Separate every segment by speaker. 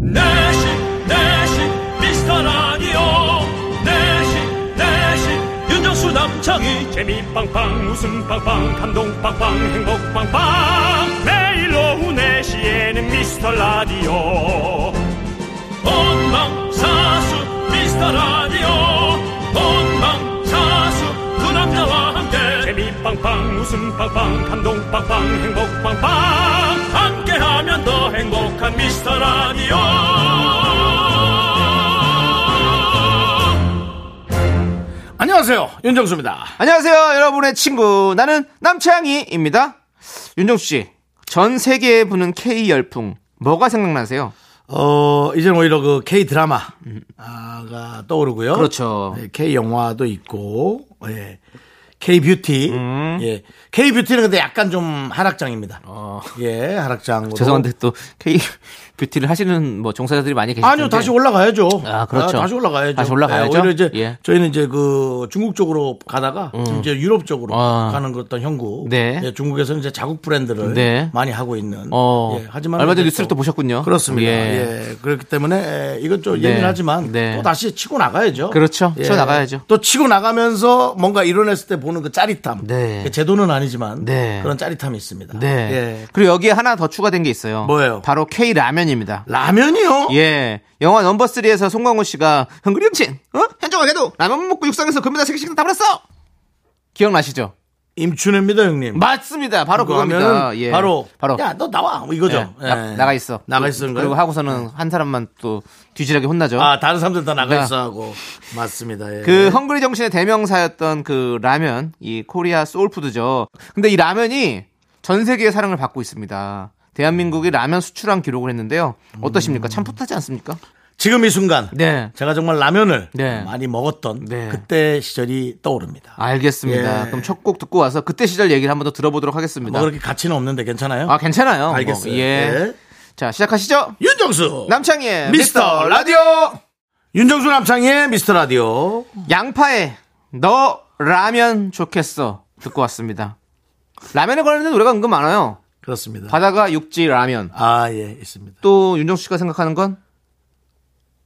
Speaker 1: 내식 내식 미스터 라디오 내식 내식 윤정수 남창희
Speaker 2: 재미 빵빵 웃음 빵빵 감동 빵빵 행복 빵빵 매일 오후 4시에는 미스터 라디오
Speaker 1: 본방사수 미스터 라디오 본방사수 그 남자와 함께
Speaker 2: 재미 빵빵 웃음 빵빵 감동 빵빵 행복 빵빵 아,
Speaker 1: 함께하면 더 행복한 미스터 라디오
Speaker 3: 안녕하세요. 윤정수입니다.
Speaker 4: 안녕하세요, 여러분의 친구. 나는 남창희입니다. 윤정수 씨, 전 세계에 부는 K 열풍, 뭐가 생각나세요?
Speaker 3: 어, 이젠 오히려 그 K 드라마가 떠오르고요.
Speaker 4: 그렇죠.
Speaker 3: 예, K 영화도 있고, 예. K 뷰티. 예. K 뷰티는 근데 약간 좀 하락장입니다. 예, 하락장.
Speaker 4: 죄송한데 또 K 뷰티를 하시는 뭐 종사자들이 많이 계시는데
Speaker 3: 아니요, 다시 올라가야죠.
Speaker 4: 아, 그렇죠.
Speaker 3: 다시 올라가야죠. 네,
Speaker 4: 다시 올라가야죠?
Speaker 3: 오히려 이제
Speaker 4: 예. 음.
Speaker 3: 저희는 이제 그 중국 쪽으로 가다가 지금 이제 유럽 쪽으로
Speaker 4: 아.
Speaker 3: 가는 그 어떤 형구.
Speaker 4: 네.
Speaker 3: 예, 중국에서는 이제 자국 브랜드를
Speaker 4: 네.
Speaker 3: 많이 하고 있는.
Speaker 4: 어,
Speaker 3: 예, 하지만
Speaker 4: 얼마 전에
Speaker 3: 이제
Speaker 4: 뉴스를 또 보셨군요.
Speaker 3: 그렇습니다.
Speaker 4: 예.
Speaker 3: 예. 그렇기 때문에 에, 이건 좀
Speaker 4: 네.
Speaker 3: 예민하지만
Speaker 4: 네.
Speaker 3: 또 다시 치고 나가야죠. 예.
Speaker 4: 그렇죠. 치고 나가야죠.
Speaker 3: 또 치고 나가면서 뭔가 이뤄냈을 때 보는 그 짜릿함.
Speaker 4: 네.
Speaker 3: 그게 제 돈은 아니지만
Speaker 4: 네.
Speaker 3: 그런 짜릿함이 있습니다.
Speaker 4: 네.
Speaker 3: 예.
Speaker 4: 그리고 여기에 하나 더 추가된 게 있어요.
Speaker 3: 뭐예요?
Speaker 4: 바로 K 라면입니다.
Speaker 3: 라면이요?
Speaker 4: 예. 영화 넘버 3에서 송강호 씨가 흥그리 음친, 어? 현정아 걔도 라면 먹고 육상에서 금메달 세개씩다 버렸어. 기억나시죠?
Speaker 3: 임춘혜입니다, 형님.
Speaker 4: 맞습니다. 바로
Speaker 3: 그거
Speaker 4: 그겁니다.
Speaker 3: 하면은
Speaker 4: 예.
Speaker 3: 바로
Speaker 4: 바로
Speaker 3: 야 너 나와 뭐 이거죠.
Speaker 4: 예, 나,
Speaker 3: 예.
Speaker 4: 나가 있어.
Speaker 3: 나가 있어.
Speaker 4: 그리고 하고서는 한 사람만 또 뒤질하게 혼나죠.
Speaker 3: 아 다른 사람들 다 나가
Speaker 4: 야.
Speaker 3: 있어 하고 맞습니다. 예.
Speaker 4: 네. 그 헝그리 정신의 대명사였던 그 라면, 이 코리아 소울푸드죠. 근데 이 라면이 전 세계의 사랑을 받고 있습니다. 대한민국이 라면 수출한 기록을 했는데요. 어떠십니까? 참 뿌듯하지 않습니까?
Speaker 3: 지금 이 순간
Speaker 4: 네.
Speaker 3: 제가 정말 라면을
Speaker 4: 네.
Speaker 3: 많이 먹었던
Speaker 4: 네. 아,
Speaker 3: 그때 시절이 떠오릅니다.
Speaker 4: 알겠습니다.
Speaker 3: 예.
Speaker 4: 그럼 첫 곡 듣고 와서 그때 시절 얘기를 한번 더 들어보도록 하겠습니다.
Speaker 3: 뭐 그렇게 가치는 없는데 괜찮아요?
Speaker 4: 아, 괜찮아요.
Speaker 3: 알겠어요.
Speaker 4: 뭐, 예.
Speaker 3: 예.
Speaker 4: 자, 시작하시죠.
Speaker 3: 윤정수
Speaker 4: 남창희의
Speaker 3: 미스터 라디오 윤정수 남창희의 미스터 라디오
Speaker 4: 양파에 너 라면 좋겠어 듣고 왔습니다. 라면에 관련된 노래가 은근 많아요.
Speaker 3: 그렇습니다.
Speaker 4: 바다가 육지 라면.
Speaker 3: 아 예 있습니다.
Speaker 4: 또 윤정수 씨가 생각하는 건?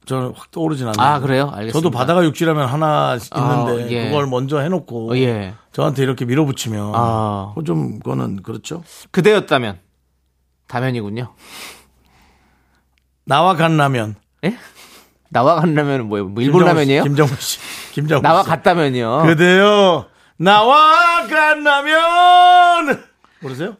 Speaker 3: 저는 확 떠오르진 않아요.
Speaker 4: 아 그래요? 알겠습니다.
Speaker 3: 저도 바다가 육지라면 하나 있는데
Speaker 4: 아, 예.
Speaker 3: 그걸 먼저 해놓고
Speaker 4: 어, 예.
Speaker 3: 저한테 이렇게 밀어붙이면
Speaker 4: 아.
Speaker 3: 그거 좀 그거는 그렇죠.
Speaker 4: 그대였다면 다면이군요.
Speaker 3: 나와 간 라면
Speaker 4: 예? 나와 간 라면은 뭐예요? 뭐
Speaker 3: 김정은
Speaker 4: 일본
Speaker 3: 씨,
Speaker 4: 라면이에요?
Speaker 3: 김정은 씨, 김정은
Speaker 4: 나와
Speaker 3: 씨.
Speaker 4: 갔다면요.
Speaker 3: 그대요 나와 간 라면 모르세요?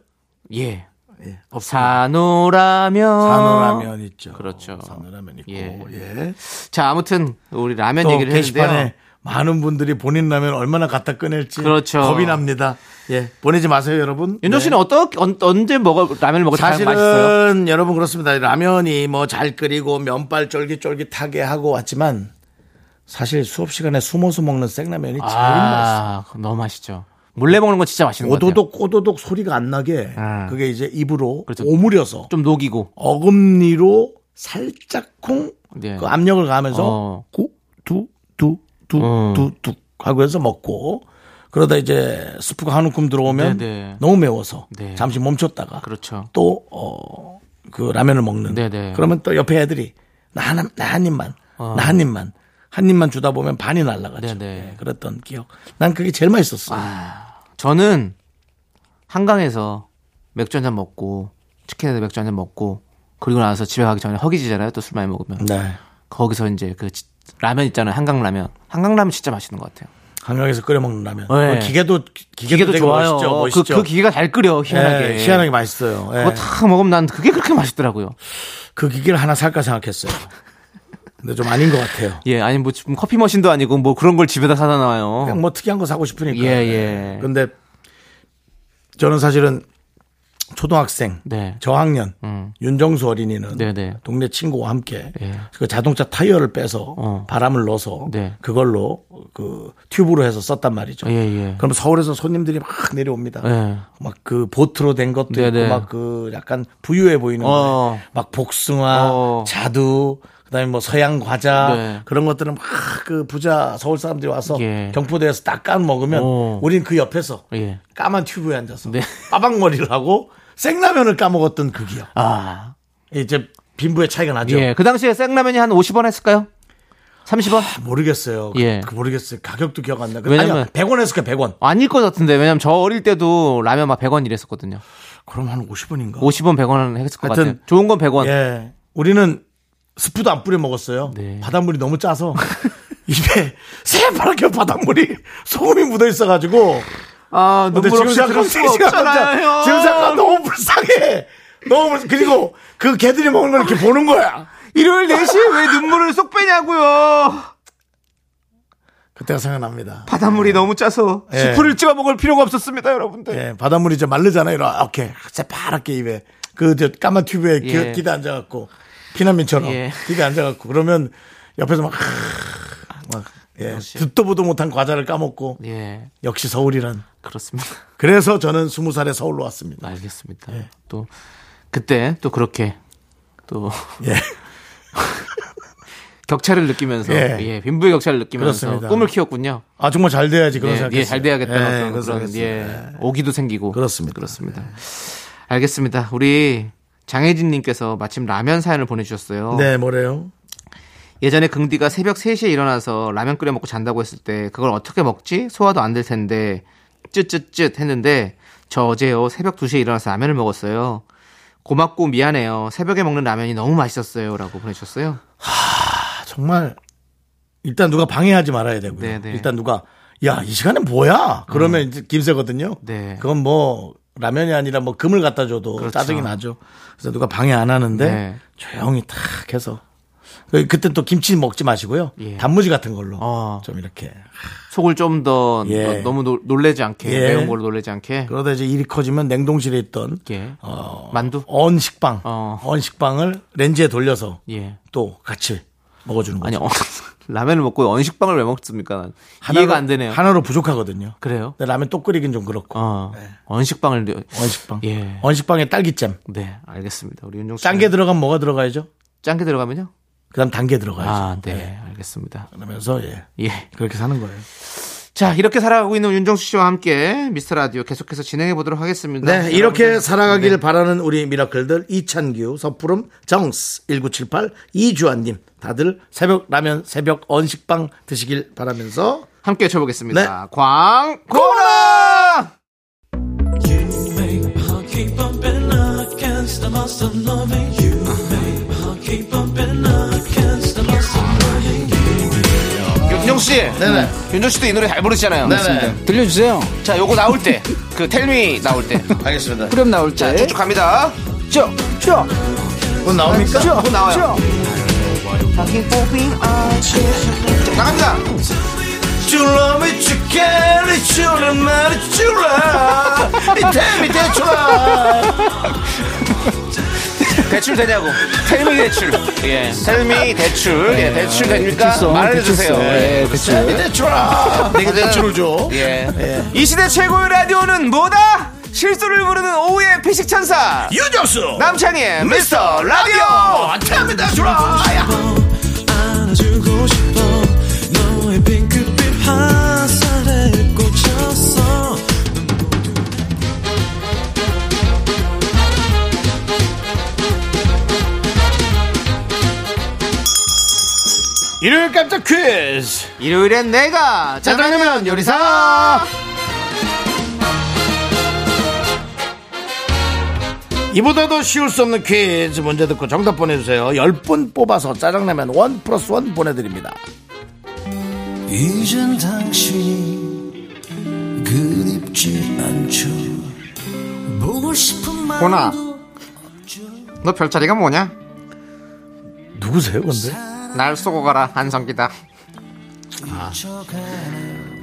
Speaker 4: 예.
Speaker 3: 예, 없습니다.
Speaker 4: 산호라면.
Speaker 3: 산호라면 있죠.
Speaker 4: 그렇죠.
Speaker 3: 산호라면 있고
Speaker 4: 예.
Speaker 3: 예.
Speaker 4: 자 아무튼 우리 라면
Speaker 3: 또
Speaker 4: 얘기를 했는데요.
Speaker 3: 게시판에 많은 분들이 본인 라면 얼마나 갖다 꺼낼지
Speaker 4: 그렇죠.
Speaker 3: 겁이 납니다. 예, 보내지 마세요, 여러분.
Speaker 4: 윤정 씨는
Speaker 3: 네.
Speaker 4: 어떠 언- 언제 먹어 라면을 먹을 때 가장 맛있어요?
Speaker 3: 사실은 여러분 그렇습니다. 라면이 뭐 잘 끓이고 면발 쫄깃쫄깃하게 하고 왔지만 사실 수업 시간에 숨어서 먹는 생라면이 제일 맛있어요.
Speaker 4: 아, 그거 너무 맛있죠. 몰래 먹는 건 진짜 맛있는 거 같아요.
Speaker 3: 오도독 오도독 소리가 안 나게
Speaker 4: 아.
Speaker 3: 그게 이제 입으로
Speaker 4: 그렇죠.
Speaker 3: 오므려서
Speaker 4: 좀 녹이고.
Speaker 3: 어금니로 살짝쿵
Speaker 4: 예.
Speaker 3: 그 압력을 가면서
Speaker 4: 어. 음.
Speaker 3: 구두두두두두 하고 해서 먹고 그러다 이제 스프가 한 움큼 들어오면
Speaker 4: 네네.
Speaker 3: 너무 매워서
Speaker 4: 네.
Speaker 3: 잠시 멈췄다가
Speaker 4: 그렇죠.
Speaker 3: 또 어, 그 라면을 먹는
Speaker 4: 네네. 어.
Speaker 3: 그러면 또 옆에 애들이 나 하나 나 한 입만 나 한 입만 한 입만 주다 보면 반이 날라가죠.
Speaker 4: 네네. 아.
Speaker 3: 예, 그랬던 기억. 난 그게 제일 맛있었어. 요
Speaker 4: 저는 한강에서 맥주 한잔 먹고 치킨에서 맥주 한잔 먹고 그리고 나서 집에 가기 전에 허기지잖아요. 또 술 많이 먹으면.
Speaker 3: 네.
Speaker 4: 거기서 이제 그 지- 라면 있잖아요. 한강 라면. 한강 라면 진짜 맛있는 것 같아요.
Speaker 3: 한강에서 끓여 먹는 라면.
Speaker 4: 네.
Speaker 3: 그 기계도 기계도, 되게 멋있죠.
Speaker 4: 그,
Speaker 3: 멋있죠.
Speaker 4: 그 기계가 잘 끓여 희한하게.
Speaker 3: 예, 희한하게 맛있어요. 예.
Speaker 4: 그거 다 먹으면 난 그게 그렇게 맛있더라고요.
Speaker 3: 그 기계를 하나 살까 생각했어요. 근데 좀 아닌 것 같아요.
Speaker 4: 예, 아니 뭐 지금 커피 머신도 아니고 뭐 그런 걸 집에다 사다 놔요.
Speaker 3: 그냥 뭐 특이한 거 사고 싶으니까. 네.
Speaker 4: 예, 예.
Speaker 3: 근데 저는 사실은 초등학생
Speaker 4: 네.
Speaker 3: 저학년 윤정수 어린이는
Speaker 4: 네, 네.
Speaker 3: 동네 친구와 함께
Speaker 4: 예.
Speaker 3: 그 자동차 타이어를 빼서
Speaker 4: 어.
Speaker 3: 바람을 넣어서
Speaker 4: 네.
Speaker 3: 그걸로 그 튜브로 해서 썼단 말이죠.
Speaker 4: 예, 예.
Speaker 3: 그럼 서울에서 손님들이 막 내려옵니다.
Speaker 4: 예.
Speaker 3: 막 그 보트로 된 것도
Speaker 4: 네, 네.
Speaker 3: 있고 막 그 약간 부유해 보이는
Speaker 4: 어.
Speaker 3: 거에 막 복숭아,
Speaker 4: 어.
Speaker 3: 자두, 그다음에 뭐 서양 과자
Speaker 4: 네.
Speaker 3: 그런 것들은 막 그 부자 서울 사람들이 와서
Speaker 4: 예.
Speaker 3: 경포대에서 딱 깐 먹으면
Speaker 4: 어.
Speaker 3: 우린 그 옆에서
Speaker 4: 예.
Speaker 3: 까만 튜브에 앉아서
Speaker 4: 네.
Speaker 3: 빠방머리를 하고 생라면을 까먹었던 그 기억.
Speaker 4: 아,
Speaker 3: 이제 빈부의 차이가 나죠.
Speaker 4: 예, 그 당시에 생라면이 한 50원 했을까요? 30원?
Speaker 3: 모르겠어요. 그-
Speaker 4: 예.
Speaker 3: 그 모르겠어요. 가격도 기억 안 나. 그-
Speaker 4: 왜냐면-
Speaker 3: 아니요, 100원 했을까 100원.
Speaker 4: 아닐 것 같은데 왜냐면 저 어릴 때도 라면 막 100원 이랬었거든요.
Speaker 3: 그럼 한 50원인가?
Speaker 4: 50원 100원 했을 것
Speaker 3: 하여튼-
Speaker 4: 같아요. 좋은 건 100원.
Speaker 3: 예. 우리는 스프도 안 뿌려 먹었어요.
Speaker 4: 네.
Speaker 3: 바닷물이 너무 짜서 입에 새파랗게 바닷물이 소금이 묻어 있어가지고.
Speaker 4: 아
Speaker 3: 근데
Speaker 4: 눈물
Speaker 3: 지금
Speaker 4: 없이
Speaker 3: 생각
Speaker 4: 들을 수 없잖아요.
Speaker 3: 지금 생각 너무 불쌍해. 너무 불쌍- 그리고 그 개들이 먹는 걸 이렇게 보는 거야.
Speaker 4: 일요일 4시에 왜 눈물을 쏙 빼냐고요.
Speaker 3: 그때가 생각납니다.
Speaker 4: 바닷물이 너무 짜서
Speaker 3: 예.
Speaker 4: 수프를 찍어 먹을 필요가 없었습니다, 여러분들.
Speaker 3: 예, 바닷물이 이제 마르잖아요. 이렇게 새파랗게 입에 그 저 까만 튜브에 기-
Speaker 4: 예.
Speaker 3: 기대 앉아갖고 피난민처럼
Speaker 4: 예.
Speaker 3: 기대 앉아갖고 그러면 옆에서 막, 크으, 막 예, 듣도 보도 못한 과자를 까먹고
Speaker 4: 예,
Speaker 3: 역시 서울이란.
Speaker 4: 그렇습니다.
Speaker 3: 그래서 저는 스무 살에 서울로 왔습니다.
Speaker 4: 알겠습니다. 예. 또 그때 또 그렇게 또
Speaker 3: 예.
Speaker 4: 격차를 느끼면서
Speaker 3: 예.
Speaker 4: 예, 빈부의 격차를 느끼면서
Speaker 3: 그렇습니다.
Speaker 4: 꿈을 키웠군요.
Speaker 3: 아 정말 잘 돼야지 그런
Speaker 4: 예,
Speaker 3: 생각.
Speaker 4: 예, 잘 돼야겠다는
Speaker 3: 예,
Speaker 4: 어떤
Speaker 3: 그런
Speaker 4: 그런
Speaker 3: 생각했어요.
Speaker 4: 예, 오기도 생기고
Speaker 3: 그렇습니다.
Speaker 4: 그렇습니다. 알겠습니다. 우리 장혜진님께서 마침 라면 사연을 보내주셨어요.
Speaker 3: 네, 뭐래요?
Speaker 4: 예전에 긍디가 새벽 3시에 일어나서 라면 끓여 먹고 잔다고 했을 때 그걸 어떻게 먹지? 소화도 안 될 텐데 쯧쯧쯧 했는데 저 어제요 새벽 2시에 일어나서 라면을 먹었어요. 고맙고 미안해요. 새벽에 먹는 라면이 너무 맛있었어요라고 보내주셨어요.
Speaker 3: 아, 정말 일단 누가 방해하지 말아야 되고요.
Speaker 4: 네, 네.
Speaker 3: 일단 누가 야 이 시간에 뭐야? 그러면 이제 김새거든요.
Speaker 4: 네.
Speaker 3: 그건 뭐 라면이 아니라 뭐 금을 갖다 줘도
Speaker 4: 그렇죠.
Speaker 3: 짜증이 나죠. 그래서 누가 방해 안 하는데
Speaker 4: 네.
Speaker 3: 조용히 탁 해서 그- 그때 또 김치 먹지 마시고요.
Speaker 4: 예.
Speaker 3: 단무지 같은 걸로
Speaker 4: 어.
Speaker 3: 좀 이렇게
Speaker 4: 속을 좀 더
Speaker 3: 예.
Speaker 4: 너무 놀- 놀래지 않게
Speaker 3: 예.
Speaker 4: 매운 걸로 놀래지 않게
Speaker 3: 그러다 이제 일이 커지면 냉동실에 있던
Speaker 4: 예.
Speaker 3: 어.
Speaker 4: 만두
Speaker 3: 언식빵
Speaker 4: 어.
Speaker 3: 언식빵을 렌즈에 돌려서
Speaker 4: 예.
Speaker 3: 또 같이 먹어주는 거죠.
Speaker 4: 아니 어, 라면을 먹고 언식빵을 왜 먹습니까? 난
Speaker 3: 하나로-
Speaker 4: 이해가 안 되네요.
Speaker 3: 하나로 부족하거든요.
Speaker 4: 그래요?
Speaker 3: 근데 라면 또 끓이긴 좀 그렇고.
Speaker 4: 어 언식빵을 늘-
Speaker 3: 언식빵.
Speaker 4: 예.
Speaker 3: 언식빵에 딸기잼.
Speaker 4: 네 알겠습니다. 우리 윤종수
Speaker 3: 짠 게 들어가면 뭐가 들어가야죠?
Speaker 4: 짠게 들어가면요?
Speaker 3: 그다음 단 게 들어가야죠.
Speaker 4: 아, 네, 알겠습니다.
Speaker 3: 그러면서 예.
Speaker 4: 예.
Speaker 3: 그렇게 사는 거예요.
Speaker 4: 자, 이렇게 살아가고 있는 윤정수 씨와 함께 미스터 라디오 계속해서 진행해 보도록 하겠습니다.
Speaker 3: 네, 이렇게
Speaker 4: 여러분들,
Speaker 3: 살아가길
Speaker 4: 아, 네.
Speaker 3: 바라는 우리 미라클들 이찬규, 서푸름, 정스 1978 이주환 님 다들 새벽 라면, 새벽 언식빵 드시길 바라면서
Speaker 4: 함께 외쳐
Speaker 3: 네.
Speaker 4: 보겠습니다. 광고라! 윤정수 씨,
Speaker 3: 네네.
Speaker 4: 윤정수 씨도 이 노래 잘 부르시잖아요.
Speaker 3: 네네.
Speaker 5: 들려주세요.
Speaker 4: 자, 요거 나올 때, 그 텔미 나올 때,
Speaker 3: 알겠습니다.
Speaker 5: 그럼 나올
Speaker 4: 자,
Speaker 5: 때.
Speaker 4: 쭉쭉 갑니다.
Speaker 5: 쭉, 쭉,
Speaker 3: 그건 나옵니까?
Speaker 4: 쭉 나와요. 쭉 나갑니다. 대출 되냐고. 텔미 대출. 예. 텔미 대출. 예, 대출 됩니까?
Speaker 5: 대출성,
Speaker 4: 말해주세요.
Speaker 5: 대출성.
Speaker 4: 예.
Speaker 5: 예, 대출.
Speaker 3: 내가 네, 그 대출을 줘.
Speaker 4: 예. 이 시대 최고의 라디오는 뭐다? 실수를 부르는 오후의 피식 천사.
Speaker 3: 유정수.
Speaker 4: 남창희의 미스터 라디오! 아,
Speaker 3: 안타합니다. 주라.
Speaker 6: 안아주고 싶어 너의 핑크빛 화살에 꽂혔어
Speaker 3: 일요일 깜짝 퀴즈.
Speaker 4: 일요일엔 내가 짜장라면 요리사!
Speaker 3: 이보다도 쉬울 수 없는 퀴즈 문제 듣고 정답 보내주세요. 10분 뽑아서 짜장라면 원 플러스 원 보내드립니다.
Speaker 6: 이젠 당신이 그립지 않죠 보고 싶은 마음도
Speaker 4: 호나. 너 별자리가 뭐냐?
Speaker 3: 누구세요, 근데?
Speaker 4: 날 쏘고 가라, 한성기다.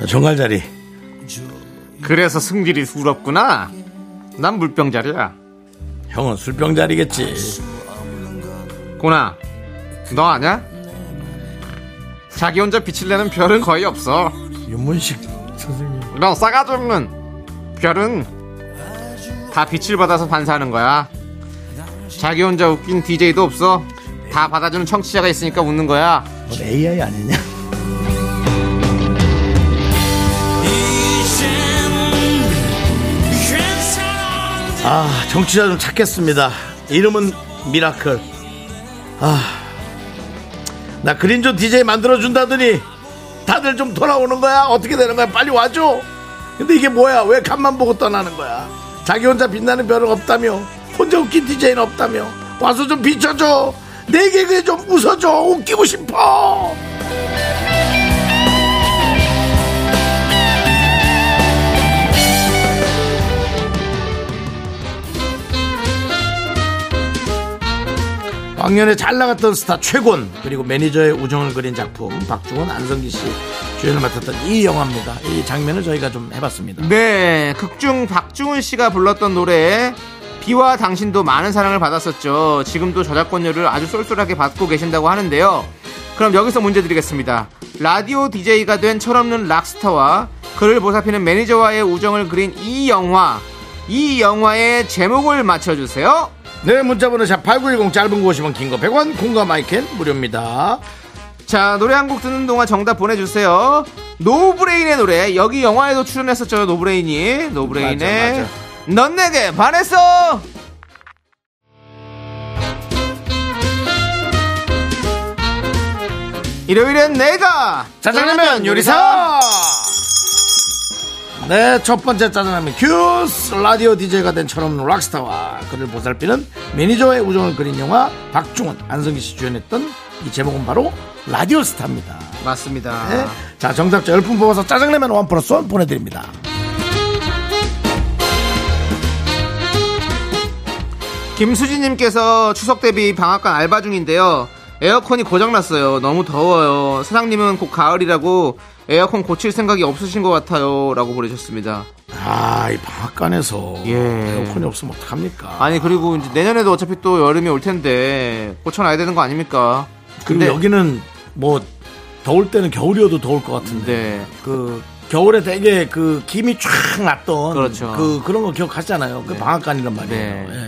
Speaker 3: 정갈자리.
Speaker 4: 그래서 승질이 부럽구나? 난 물병자리야.
Speaker 3: 형은 술병자리겠지.
Speaker 4: 고나, 너 아냐? 자기 혼자 빛을 내는 별은 거의 없어.
Speaker 3: 윤문식.
Speaker 4: 너 싸가지 없는 별은 다 빛을 받아서 반사하는 거야. 자기 혼자 웃긴 DJ도 없어. 다 받아주는 청취자가 있으니까 웃는 거야.
Speaker 3: 넌 AI 아니냐? 아, 정치자 좀 찾겠습니다. 이름은 미라클. 나 그린존 DJ 만들어준다더니 다들 좀 돌아오는 거야? 어떻게 되는 거야? 빨리 와줘! 근데 이게 뭐야? 왜 간만 보고 떠나는 거야? 자기 혼자 빛나는 별은 없다며? 혼자 웃긴 DJ는 없다며? 와서 좀 비춰줘! 내 개그에 좀 웃어줘! 웃기고 싶어! 왕년에 잘 나갔던 스타 최곤 그리고 매니저의 우정을 그린 작품 박중원 안성기 씨 주연을 맡았던 이 영화입니다. 이 장면을 저희가 좀 해봤습니다.
Speaker 4: 네, 극중 박중훈 씨가 불렀던 노래 비와 당신도 많은 사랑을 받았었죠. 지금도 저작권료를 아주 쏠쏠하게 받고 계신다고 하는데요. 그럼 여기서 문제 드리겠습니다. 라디오 DJ가 된 철없는 락스타와 그를 보살피는 매니저와의 우정을 그린 이 영화, 이 영화의 제목을 맞춰주세요.
Speaker 3: 네 문자번호 샵 8910 짧은 거 50원 긴 거 100원 공감 마이캔 무료입니다.
Speaker 4: 자, 노래 한 곡 듣는 동안 정답 보내주세요. 노브레인의 노래, 여기 영화에도 출연했었죠, 노브레인이. 노브레인의
Speaker 3: 맞아, 맞아.
Speaker 4: 넌 내게 반했어! 일요일엔 내가
Speaker 3: 짜장라면 요리사 네 첫 번째 짜장라면 큐스 라디오 DJ가 된 철없는 락스타와 그를 보살피는 매니저의 우정을 그린 영화 박중훈 안성기 씨 주연했던 이 제목은 바로 라디오 스타입니다
Speaker 4: 맞습니다.
Speaker 3: 네. 자 정답자 10분 뽑아서 짜장라면 원 플러스 원 보내드립니다
Speaker 4: 김수진님께서 추석 대비 방학간 알바 중인데요. 에어컨이 고장났어요. 너무 더워요. 사장님은 곧 가을이라고 에어컨 고칠 생각이 없으신 것 같아요. 라고 보내셨습니다.
Speaker 3: 아이 방앗간에서
Speaker 4: 예.
Speaker 3: 에어컨이 없으면 어떡합니까
Speaker 4: 아니, 그리고 이제 내년에도 어차피 또 여름이 올 텐데 고쳐놔야 되는 거 아닙니까?
Speaker 3: 그리고
Speaker 4: 근데-
Speaker 3: 여기는 뭐 더울 때는 겨울이어도 더울 것 같은데
Speaker 4: 네.
Speaker 3: 그 겨울에 되게 그 김이 쫙 났던
Speaker 4: 그렇죠.
Speaker 3: 그 그런 거 기억하잖아요. 그 방앗간이란 말이에요.
Speaker 4: 네.
Speaker 3: 예.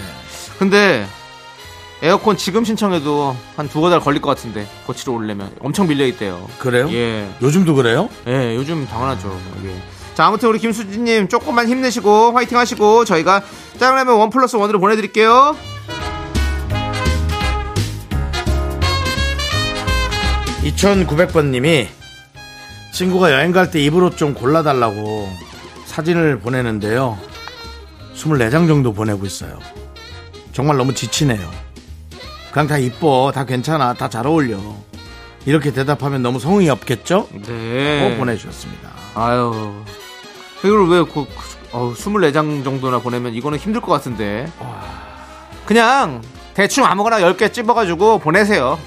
Speaker 4: 근데 에어컨 지금 신청해도 한 두어 달 걸릴 것 같은데 고치러 오려면 엄청 밀려있대요.
Speaker 3: 그래요?
Speaker 4: 예.
Speaker 3: 요즘도 그래요?
Speaker 4: 예, 요즘 당연하죠. 예. 자, 아무튼 우리 김수진님 조금만 힘내시고 화이팅 하시고 저희가 짜장라면 원 플러스 원으로 보내드릴게요.
Speaker 3: 이 2900번님이 친구가 여행 갈 때 입으로 좀 골라달라고 사진을 보내는데요. 24장 정도 보내고 있어요. 정말 너무 지치네요. 그냥 다 이뻐, 다 괜찮아, 다 잘 어울려. 이렇게 대답하면 너무 성의 없겠죠?
Speaker 4: 네.
Speaker 3: 어, 보내주셨습니다.
Speaker 4: 아유. 이걸 왜, 그, 그, 어우, 24장 정도나 보내면 이거는 힘들 것 같은데. 그냥 대충 아무거나 10개 찝어가지고 보내세요.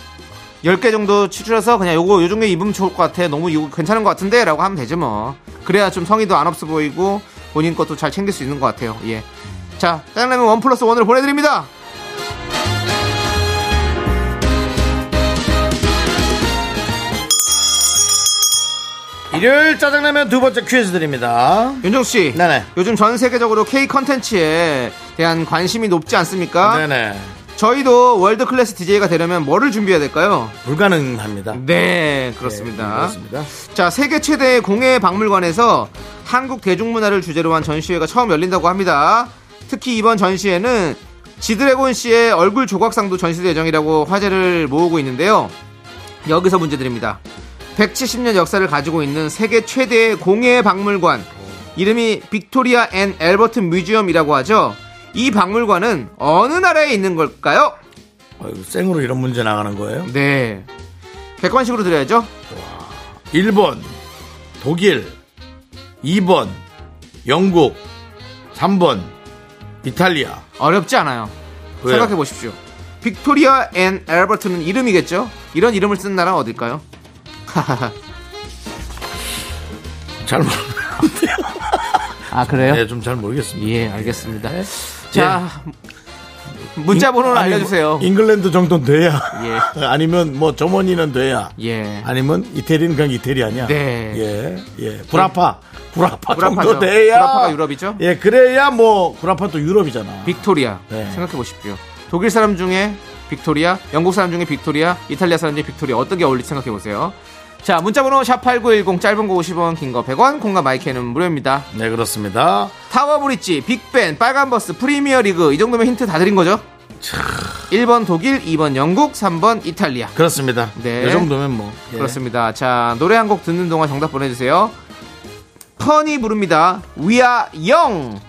Speaker 4: 10개 정도 추출해서 그냥 요거 요 중에 입으면 좋을 것 같아. 너무 이거 괜찮은 것 같은데? 라고 하면 되지 뭐. 그래야 좀 성의도 안 없어 보이고 본인 것도 잘 챙길 수 있는 것 같아요. 예. 자, 짜장라면 원 플러스 원으로 보내드립니다.
Speaker 3: 일요일 짜장라면 두 번째 퀴즈 드립니다.
Speaker 4: 윤정수 씨.
Speaker 3: 네네.
Speaker 4: 요즘 전 세계적으로 K 컨텐츠에 대한 관심이 높지 않습니까?
Speaker 3: 네네.
Speaker 4: 저희도 월드 클래스 DJ가 되려면 뭐를 준비해야 될까요?
Speaker 3: 불가능합니다.
Speaker 4: 네,
Speaker 3: 네,
Speaker 4: 그렇습니다.
Speaker 3: 음, 그렇습니다.
Speaker 4: 자, 세계 최대의 공예 박물관에서 한국 대중문화를 주제로 한 전시회가 처음 열린다고 합니다. 특히 이번 전시회는 지드래곤 씨의 얼굴 조각상도 전시될 예정이라고 화제를 모으고 있는데요. 여기서 문제 드립니다. 170년 역사를 가지고 있는 세계 최대의 공예 박물관. 이름이 빅토리아 앤 엘버트 뮤지엄이라고 하죠. 이 박물관은 어느 나라에 있는 걸까요?
Speaker 3: 어, 이거 생으로 이런 문제 나가는 거예요?
Speaker 4: 네. 객관식으로 드려야죠.
Speaker 3: 1번, 독일. 2번, 영국. 3번, 이탈리아.
Speaker 4: 어렵지 않아요.
Speaker 3: 왜요?
Speaker 4: 생각해 보십시오. 빅토리아 앤 엘버트는 이름이겠죠? 이런 이름을 쓴 나라 는 어딜까요?
Speaker 3: 잘 모르겠어요.
Speaker 4: 아 그래요?
Speaker 3: 네, 좀 잘 모르겠습니다.
Speaker 4: 예, 알겠습니다. 자 문자 번호를
Speaker 3: 아니,
Speaker 4: 알려주세요.
Speaker 3: 뭐, 잉글랜드 정도는 돼야.
Speaker 4: 예.
Speaker 3: 아니면 뭐 점원이는 돼야.
Speaker 4: 예.
Speaker 3: 아니면 이태리는 그냥 이태리 아니야.
Speaker 4: 네.
Speaker 3: 예. 예. 구라파. 구라파
Speaker 4: 구라파죠.
Speaker 3: 정도 돼야.
Speaker 4: 구라파가 유럽이죠?
Speaker 3: 예, 그래야 뭐 구라파도 유럽이잖아.
Speaker 4: 빅토리아
Speaker 3: 네.
Speaker 4: 생각해 보십시오. 독일 사람 중에 빅토리아, 영국 사람 중에 빅토리아, 이탈리아 사람 중에 빅토리아 어떤 게 어울릴지 생각해 보세요. 자 문자번호 샵8910 짧은 거 50원 긴 거 100원 공감 마이크는 무료입니다.
Speaker 3: 네, 그렇습니다.
Speaker 4: 타워브릿지, 빅벤, 빨간버스, 프리미어리그 이 정도면 힌트 다 드린 거죠? 1번 독일, 2번 영국, 3번 이탈리아.
Speaker 3: 그렇습니다.
Speaker 4: 네.
Speaker 3: 이 정도면 뭐 예.
Speaker 4: 그렇습니다. 자, 노래 한 곡 듣는 동안 정답 보내주세요. 펀이 부릅니다. 위아 영!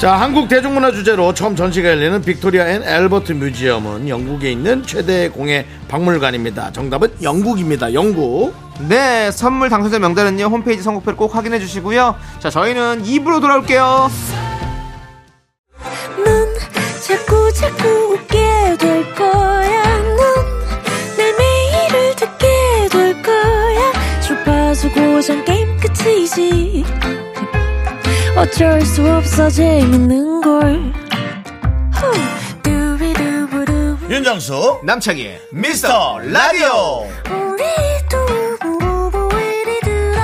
Speaker 3: 자, 한국 대중문화 주제로 처음 전시가 열리는 빅토리아 앤 엘버트 뮤지엄은 영국에 있는 최대 공예 박물관입니다. 정답은 영국입니다. 영국.
Speaker 4: 네, 선물 당첨자 명단은요, 홈페이지 선곡표를 꼭 확인해 주시고요. 자, 저희는 2부로 돌아올게요.
Speaker 5: 넌 자꾸 자꾸 웃게 될 거야. 넌내 매일을 듣게 될 거야. 주파수 고정 게임 끝이지. 어쩔 수 없어 재밌는 걸. 후. 두비두부두.
Speaker 3: 윤정수.
Speaker 4: 남창희의
Speaker 3: 미스터 라디오.
Speaker 5: 우리 두부부부 우리 두라.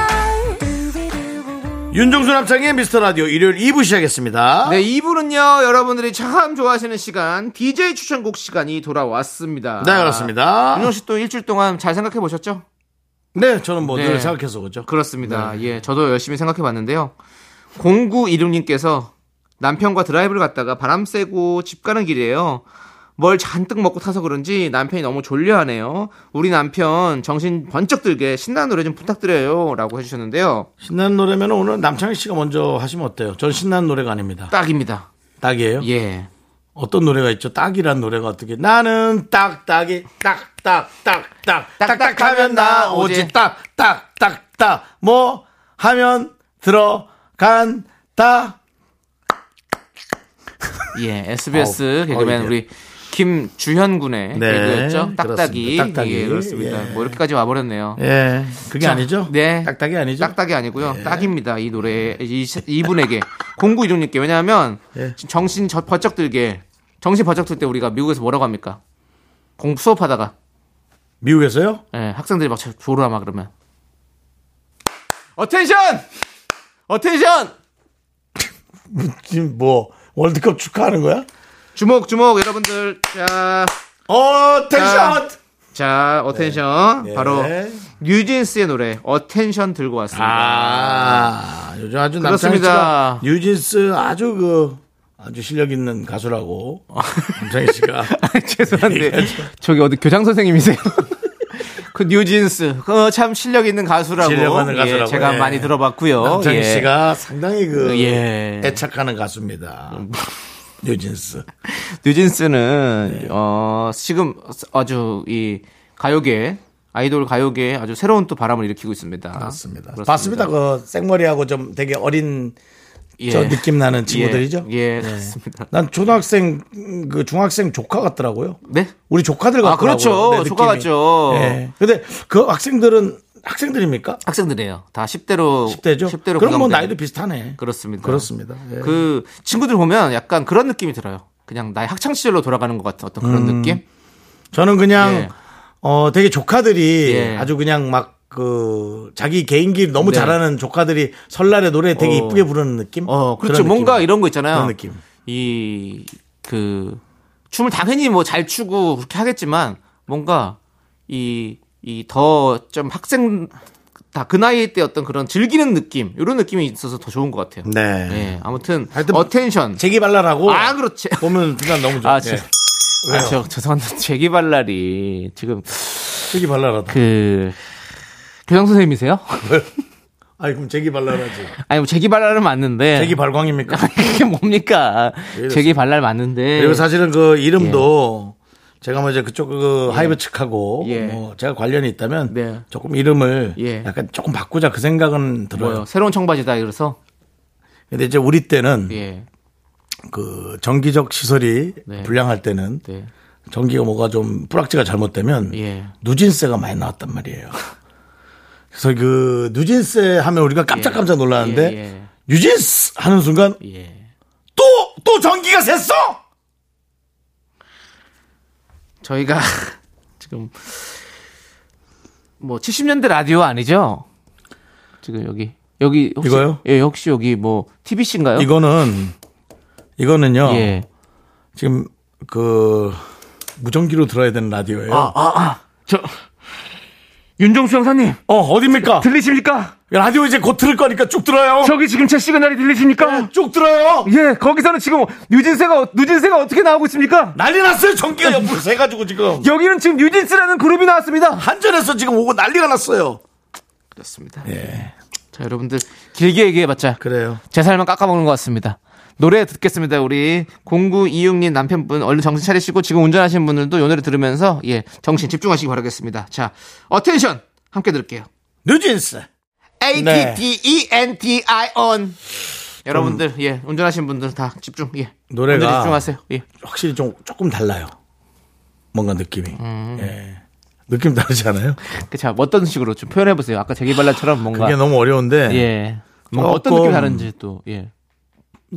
Speaker 5: 두비두부부.
Speaker 3: 윤정수 남창의 미스터 라디오 일요일 2부 시작했습니다.
Speaker 4: 네, 2부는요, 여러분들이 참 좋아하시는 시간, DJ 추천곡 시간이 돌아왔습니다.
Speaker 3: 네, 그렇습니다.
Speaker 4: 윤영 씨또 일주일 동안 잘 생각해 보셨죠?
Speaker 3: 네, 저는 뭐 늘
Speaker 4: 네.
Speaker 3: 생각해서 그죠.
Speaker 4: 그렇습니다.
Speaker 3: 네.
Speaker 4: 예, 저도 열심히 생각해 봤는데요. 공구 이름님께서 남편과 드라이브를 갔다가 바람 쐬고 집 가는 길이에요. 뭘 잔뜩 먹고 타서 그런지 남편이 너무 졸려하네요. 우리 남편 정신 번쩍 들게 신나는 노래 좀 부탁드려요. 라고 해주셨는데요.
Speaker 3: 신나는 노래면 오늘 남창희 씨가 먼저 하시면 어때요? 전 신나는 노래가 아닙니다.
Speaker 4: 딱입니다.
Speaker 3: 딱이에요?
Speaker 4: 예.
Speaker 3: 어떤 노래가 있죠? 딱이란 노래가 어떻게 나는 딱 딱이 딱딱딱딱 딱딱하면 나오지 딱딱딱딱 뭐 하면 들어간다
Speaker 4: 예. SBS
Speaker 3: 어우,
Speaker 4: 개그맨
Speaker 3: 어이, 예.
Speaker 4: 우리 김주현 군의
Speaker 3: 네,
Speaker 4: 개그였죠. 딱딱이.
Speaker 3: 그렇습니다. 딱딱이.
Speaker 4: 예, 그렇습니다.
Speaker 3: 예.
Speaker 4: 뭐 이렇게까지 와버렸네요.
Speaker 3: 예 그게
Speaker 4: 자,
Speaker 3: 아니죠?
Speaker 4: 네.
Speaker 3: 딱딱이 아니죠? 예.
Speaker 4: 딱딱이 아니고요. 딱입니다. 이 노래 이, 이 분에게 공구 이종님께 왜냐하면
Speaker 3: 예.
Speaker 4: 지금 정신 저, 번쩍 들게 정신 번쩍 들 때 우리가 미국에서 뭐라고 합니까? 공부 수업하다가
Speaker 3: 미국에서요?
Speaker 4: 예, 학생들이 막 조르라 막 그러면 어텐션 어텐션
Speaker 3: 지금 뭐 월드컵 축하하는 거야?
Speaker 4: 주목 주목 여러분들 자.
Speaker 3: 어
Speaker 4: 자,
Speaker 3: 텐션
Speaker 4: 자, 어텐션
Speaker 3: 네.
Speaker 4: 바로
Speaker 3: 네.
Speaker 4: 뉴진스의 노래 어텐션 들고 왔습니다.
Speaker 3: 아 요즘 아주 남창희
Speaker 4: 아. 그렇습니다.
Speaker 3: 씨가 뉴진스 아주 그 아주 실력 있는 가수라고 남창희 씨가
Speaker 4: 어. 죄송한데 저기 어디 교장 선생님이세요? 그 뉴진스 그 참 실력 있는 가수라고,
Speaker 3: 실력 있는 가수라고,
Speaker 4: 예, 제가
Speaker 3: 예.
Speaker 4: 많이 들어봤고요.
Speaker 3: 남창희
Speaker 4: 예.
Speaker 3: 씨가 상당히 그
Speaker 4: 예.
Speaker 3: 애착하는 가수입니다. 뉴진스.
Speaker 4: 뉴진스는
Speaker 3: 네.
Speaker 4: 어 지금 아주 이 가요계 아이돌 가요계 에 아주 새로운 또 바람을 일으키고 있습니다.
Speaker 3: 맞습니다. 봤습니다. 그 생머리하고 좀 되게 어린
Speaker 4: 예.
Speaker 3: 저 느낌 나는 친구들이죠. 네.
Speaker 4: 예, 예, 그렇습니다.
Speaker 3: 난 초등학생 음, 그 중학생 조카 같더라고요.
Speaker 4: 네?
Speaker 3: 우리 조카들 같더라고요.
Speaker 4: 그렇죠.
Speaker 3: 내 느낌이.
Speaker 4: 조카 같죠.
Speaker 3: 예. 근데 그 학생들은 학생들입니까?
Speaker 4: 학생들이에요. 다 10대로
Speaker 3: 10대죠.
Speaker 4: 10대로
Speaker 3: 그럼 뭐
Speaker 4: 구성된-
Speaker 3: 나이도 비슷하네.
Speaker 4: 그렇습니다.
Speaker 3: 그렇습니다. 예.
Speaker 4: 그 친구들 보면 약간 그런 느낌이 들어요. 그냥 나의 학창 시절로 돌아가는 것 같은 어떤 그런
Speaker 3: 음.
Speaker 4: 느낌.
Speaker 3: 저는 그냥
Speaker 4: 예.
Speaker 3: 어 되게 조카들이
Speaker 4: 예.
Speaker 3: 아주 그냥 막 그 자기 개인기 너무
Speaker 4: 네.
Speaker 3: 잘하는 조카들이 설날에 노래 되게
Speaker 4: 어.
Speaker 3: 이쁘게 부르는 느낌?
Speaker 4: 어, 그렇죠.
Speaker 3: 그런
Speaker 4: 뭔가
Speaker 3: 느낌.
Speaker 4: 이런 거 있잖아요.
Speaker 3: 그런 느낌.
Speaker 4: 이, 그, 춤을 당연히 뭐 잘 추고 그렇게 하겠지만, 뭔가 이, 이 더 좀 학생, 다 그 나이 때 어떤 그런 즐기는 느낌, 이런 느낌이 있어서 더 좋은 것 같아요.
Speaker 3: 네.
Speaker 4: 예, 아무튼,
Speaker 3: 하여튼
Speaker 4: 어텐션.
Speaker 3: 재기발랄하고
Speaker 4: 아, 그렇지.
Speaker 3: 보면 그냥 너무 좋아. 예.
Speaker 4: 아, 저, 아, 저, 죄송한데, 제기발랄이 지금
Speaker 3: 재기발랄하다.
Speaker 4: 그, 교장 선생님이세요?
Speaker 3: 아니 그럼 재기발랄하지.
Speaker 4: 아니, 뭐 제기발랄은 맞는데.
Speaker 3: 재기발광입니까?
Speaker 4: 이게 뭡니까?
Speaker 3: 이랬어요?
Speaker 4: 제기발랄 맞는데.
Speaker 3: 그리고 사실은 그 이름도 제가 뭐 이제 그쪽 그 하이브 측하고
Speaker 4: 예.
Speaker 3: 뭐 제가 관련이 있다면
Speaker 4: 네.
Speaker 3: 조금 이름을
Speaker 4: 예.
Speaker 3: 약간 조금 바꾸자 그 생각은 들어요.
Speaker 7: 네.
Speaker 4: 뭐요? 새로운 청바지다 이래서
Speaker 3: 근데 이제 우리
Speaker 7: 음.
Speaker 3: 때는
Speaker 4: 예.
Speaker 3: 그 정기적 시설이
Speaker 4: 네.
Speaker 3: 불량할 때는
Speaker 4: 네.
Speaker 3: 전기가 뭐가 좀 뿌락지가 잘못되면
Speaker 4: 예.
Speaker 3: 누진세가 많이 나왔단 말이에요. 그래서 그 누진세 하면 우리가 깜짝깜짝 놀라는데
Speaker 4: 예, 예.
Speaker 3: 유진스 하는 순간
Speaker 4: 예.
Speaker 3: 또 또 전기가 샜어?
Speaker 4: 저희가 지금 뭐 70년대 라디오 아니죠? 지금 여기 여기 혹시
Speaker 3: 이거요?
Speaker 4: 예, 혹시 여기 뭐 TBC인가요?
Speaker 3: 이거는 이거는요.
Speaker 4: 예.
Speaker 3: 지금
Speaker 7: 아,
Speaker 3: 그 무전기로 들어야 되는 라디오예요.
Speaker 4: 아, 아. 저
Speaker 7: 윤종수 형사님
Speaker 3: 어, 어딥니까?
Speaker 7: 들리십니까?
Speaker 3: 라디오 이제 곧 들을 거니까 쭉 들어요.
Speaker 7: 저기 지금 제 시그널이 들리십니까?
Speaker 3: 쭉 들어요.
Speaker 7: 예, 거기서는 지금 뉴진스가 어- 뉴진스가 어떻게 나오고 있습니까?
Speaker 3: 난리 났어요. 전기가 옆으로 새가지고 지금.
Speaker 7: 여기는 지금 뉴진스라는 그룹이 나왔습니다.
Speaker 3: 한전에서 지금 오고 난리가 났어요.
Speaker 4: 그렇습니다.
Speaker 7: 예.
Speaker 4: 자, 여러분들 길게
Speaker 7: 그렇죠.
Speaker 4: 얘기해봤자
Speaker 3: 그래요.
Speaker 4: 제 살만 깎아먹는 것 같습니다. 노래 듣겠습니다. 우리 0926님 남편분 얼른 정신 차리시고 지금 운전하시는 분들도 요 노래 들으면서 예 정신 집중하시기 바라겠습니다. 자, 어텐션 함께 들을게요.
Speaker 3: 뉴진스.
Speaker 4: A
Speaker 3: 네.
Speaker 4: T T E N T I on 여러분들 예 운전하시는 분들 다 집중 예
Speaker 3: 노래가-
Speaker 4: 먼저 집중하세요. 예.
Speaker 3: 확실히 좀 조금 달라요. 뭔가 느낌이.
Speaker 4: 음.
Speaker 3: 예. 느낌 다르지 않아요?
Speaker 4: 그자 어떤 식으로 좀 표현해 보세요. 아까 재기발랄처럼 뭔가
Speaker 3: 그게 너무 어려운데
Speaker 4: 예 뭔가 어떤
Speaker 3: 조금-
Speaker 4: 느낌 이 다른지 또예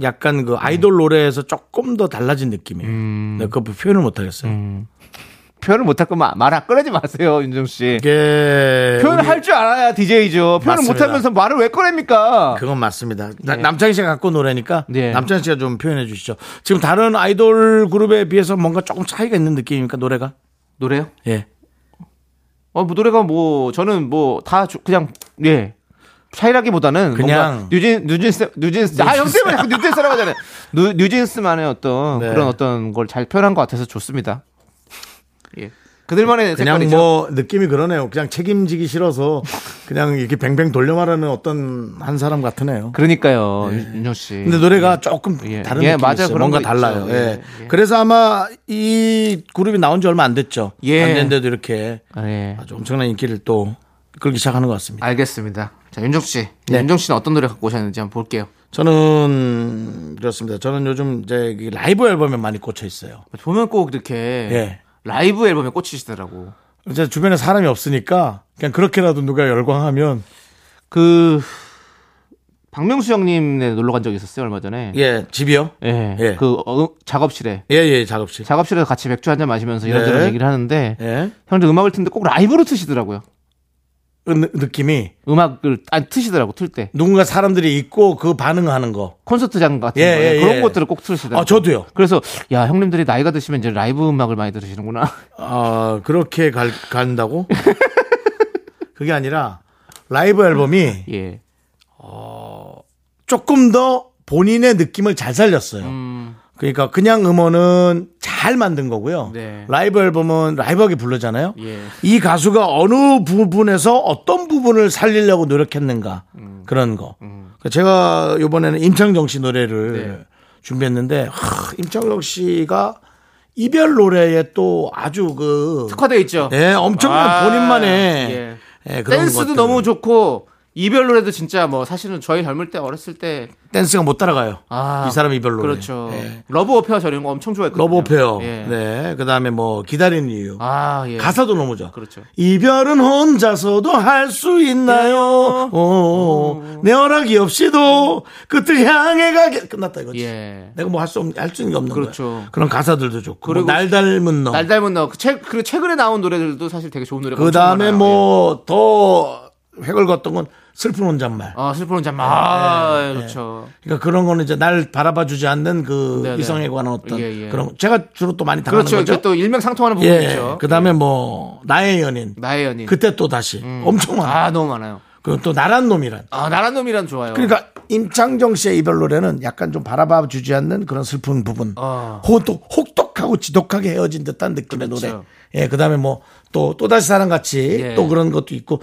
Speaker 3: 약간
Speaker 4: 음.
Speaker 3: 그 아이돌 노래에서 조금 더 달라진 느낌이에요. 네, 그거 표현을 못 하겠어요.
Speaker 4: 음. 표현을 못할 거면 말아 꺼내지 마세요 윤정 씨.
Speaker 3: 이게
Speaker 4: 표현을
Speaker 3: 우리-
Speaker 4: 할 줄 알아야 DJ죠. 표현을
Speaker 3: 맞습니다.
Speaker 4: 못하면서 말을 왜 꺼냅니까?
Speaker 3: 그건 맞습니다. 나- 남창희 씨가 갖고 온 노래니까
Speaker 4: 네.
Speaker 3: 남창희 씨가 좀 표현해 주시죠. 지금 다른 아이돌 그룹에 비해서 뭔가 조금 차이가 있는 느낌입니까 노래가?
Speaker 4: 노래요?
Speaker 3: 예.
Speaker 4: 어, 뭐 노래가 뭐 저는 뭐 다 그냥 예. 차이라기보다는
Speaker 3: 그냥-
Speaker 4: 뭔가 뉴진 뉴진스 뉴진스 아형 때문에 자꾸 뉴진스라고 하잖아요. 뉴, 뉴진스만의 어떤
Speaker 3: 네.
Speaker 4: 그런 어떤 걸 잘 표현한 것 같아서 좋습니다. 예. 그들만의
Speaker 3: 그냥
Speaker 4: 색깔이죠.
Speaker 3: 뭐 느낌이 그러네요. 그냥 책임지기 싫어서 그냥 이렇게 뱅뱅 돌려 말하는 어떤 한 사람 같으네요.
Speaker 4: 그러니까요. 윤정 씨.
Speaker 3: 근데 노래가 조금
Speaker 4: 예.
Speaker 3: 다른
Speaker 4: 예,
Speaker 3: 느낌이
Speaker 4: 맞아요.
Speaker 3: 있어요.
Speaker 4: 그런
Speaker 3: 뭔가
Speaker 4: 거
Speaker 3: 달라요.
Speaker 4: 있죠.
Speaker 3: 예.
Speaker 4: 예, 예.
Speaker 3: 그래서 아마 이 그룹이 나온 지 얼마 안 됐죠.
Speaker 4: 예.
Speaker 3: 안 됐는데도 이렇게
Speaker 4: 아, 예.
Speaker 3: 아주 엄청난 인기를 또 끌기 시작하는 것 같습니다.
Speaker 4: 알겠습니다. 자, 윤정 씨.
Speaker 3: 네.
Speaker 4: 윤정 씨는 어떤 노래 갖고 오셨는지 한번 볼게요.
Speaker 3: 저는 그렇습니다. 저는 요즘 이제 이 라이브 앨범에 많이 꽂혀 있어요.
Speaker 4: 보면 꼭 이렇게
Speaker 3: 예.
Speaker 4: 라이브 앨범에 꽂히시더라고.
Speaker 3: 이제 주변에 사람이 없으니까 그냥 그렇게라도 누가 열광하면
Speaker 4: 그 박명수 형님네 놀러 간 적이 있었어요 얼마 전에.
Speaker 3: 예 집이요.
Speaker 4: 예.
Speaker 3: 예.
Speaker 4: 그 어, 작업실에
Speaker 3: 예 예 작업실.
Speaker 4: 작업실에서 같이 맥주 한 잔 마시면서 이런저런
Speaker 3: 네.
Speaker 4: 얘기를 하는데
Speaker 3: 예
Speaker 4: 형들 음악을 틀는데 꼭 라이브로 트시더라고요.
Speaker 3: 그 느- 느낌이
Speaker 4: 음악을 아 트시더라고 틀 때.
Speaker 3: 누군가 사람들이 있고 그 반응하는 거.
Speaker 4: 콘서트장 같은
Speaker 3: 예,
Speaker 4: 거
Speaker 3: 예,
Speaker 4: 그런
Speaker 3: 예.
Speaker 4: 것들을 꼭 틀으시더라고요.
Speaker 3: 아 저도요.
Speaker 4: 그래서 야 형님들이 나이가 드시면 이제 라이브 음악을 많이 들으시는구나.
Speaker 3: 아 그렇게 갈, 간다고? 그게 아니라 라이브 앨범이
Speaker 4: 예.
Speaker 3: 조금 더 본인의 느낌을 잘 살렸어요.
Speaker 4: 음.
Speaker 3: 그러니까 그냥 음원은 잘 만든 거고요.
Speaker 4: 네.
Speaker 3: 라이브 앨범은 라이브하게 부르잖아요.
Speaker 4: 예.
Speaker 3: 이 가수가 어느 부분에서 어떤 부분을 살리려고 노력했는가
Speaker 4: 음.
Speaker 3: 그런 거. 그러니까 제가 이번에는 임창정 씨 노래를
Speaker 4: 네.
Speaker 3: 준비했는데 하, 임창정 씨가 이별 노래에 또 아주 그
Speaker 4: 특화돼 있죠.
Speaker 3: 예, 엄청난
Speaker 4: 아,
Speaker 3: 본인만의
Speaker 4: 예.
Speaker 3: 예, 그런
Speaker 4: 댄스도
Speaker 3: 것들.
Speaker 4: 너무 좋고 이별 노래도 진짜 뭐 사실은 저희 젊을 때 어렸을 때
Speaker 3: 댄스가 못 따라가요.
Speaker 4: 아,
Speaker 3: 이 사람 이별로.
Speaker 4: 그렇죠. 러브 오페어 저런 거 엄청 좋아했거든요.
Speaker 3: 예. 러브 오페어.
Speaker 4: 예.
Speaker 3: 네. 그다음에 뭐 기다리는 이유.
Speaker 4: 아, 예.
Speaker 3: 가사도 너무 좋아.
Speaker 4: 그렇죠.
Speaker 3: 이별은 혼자서도 할 수 있나요?
Speaker 4: 음.
Speaker 3: 오, 내 허락이 없이도 끝을 향해 가게 끝났다 이거지.
Speaker 4: 예.
Speaker 3: 내가 뭐 할 수 없는 할수 있는 게 없는
Speaker 4: 그렇죠.
Speaker 3: 거야. 그런 가사들도 좋고
Speaker 4: 그리고
Speaker 3: 뭐날 닮은 너.
Speaker 4: 날 닮은 너. 그 최, 그리고 최근에 나온 노래들도 사실 되게 좋은 예. 노래가
Speaker 3: 그다음에
Speaker 4: 엄청 많아요.
Speaker 3: 뭐 더 획을 걷던 건 슬픈 혼잣말.
Speaker 4: 예. 아, 슬픈 잠만. 아, 예, 그렇죠.
Speaker 3: 그러니까 그런 거는 이제 날 바라봐 주지 않는 그
Speaker 4: 네네.
Speaker 3: 이성에 관한 어떤
Speaker 4: 예, 예.
Speaker 3: 그런 거. 제가 주로 또 많이 당하는
Speaker 4: 그렇죠. 이게
Speaker 3: 거죠.
Speaker 4: 또 일명상통하는
Speaker 3: 예.
Speaker 4: 부분이죠.
Speaker 3: 그다음에 뭐 나의 연인.
Speaker 4: 나의 연인.
Speaker 3: 그때 또 다시 엄청 많아.
Speaker 4: 아, 너무 많아요.
Speaker 3: 그또 나란 놈이란.
Speaker 4: 아, 나란 놈이란 좋아요.
Speaker 3: 그러니까 임창정 씨의 이별 노래는 약간 좀 바라봐 주지 않는 그런 슬픈 부분.
Speaker 4: 어.
Speaker 3: 호독, 혹독하고 지독하게 헤어진 듯한 느낌의 노래. 예, 그 다음에 뭐 또, 또다시 사랑같이
Speaker 4: 그렇죠. 예.
Speaker 3: 또 그런 것도 있고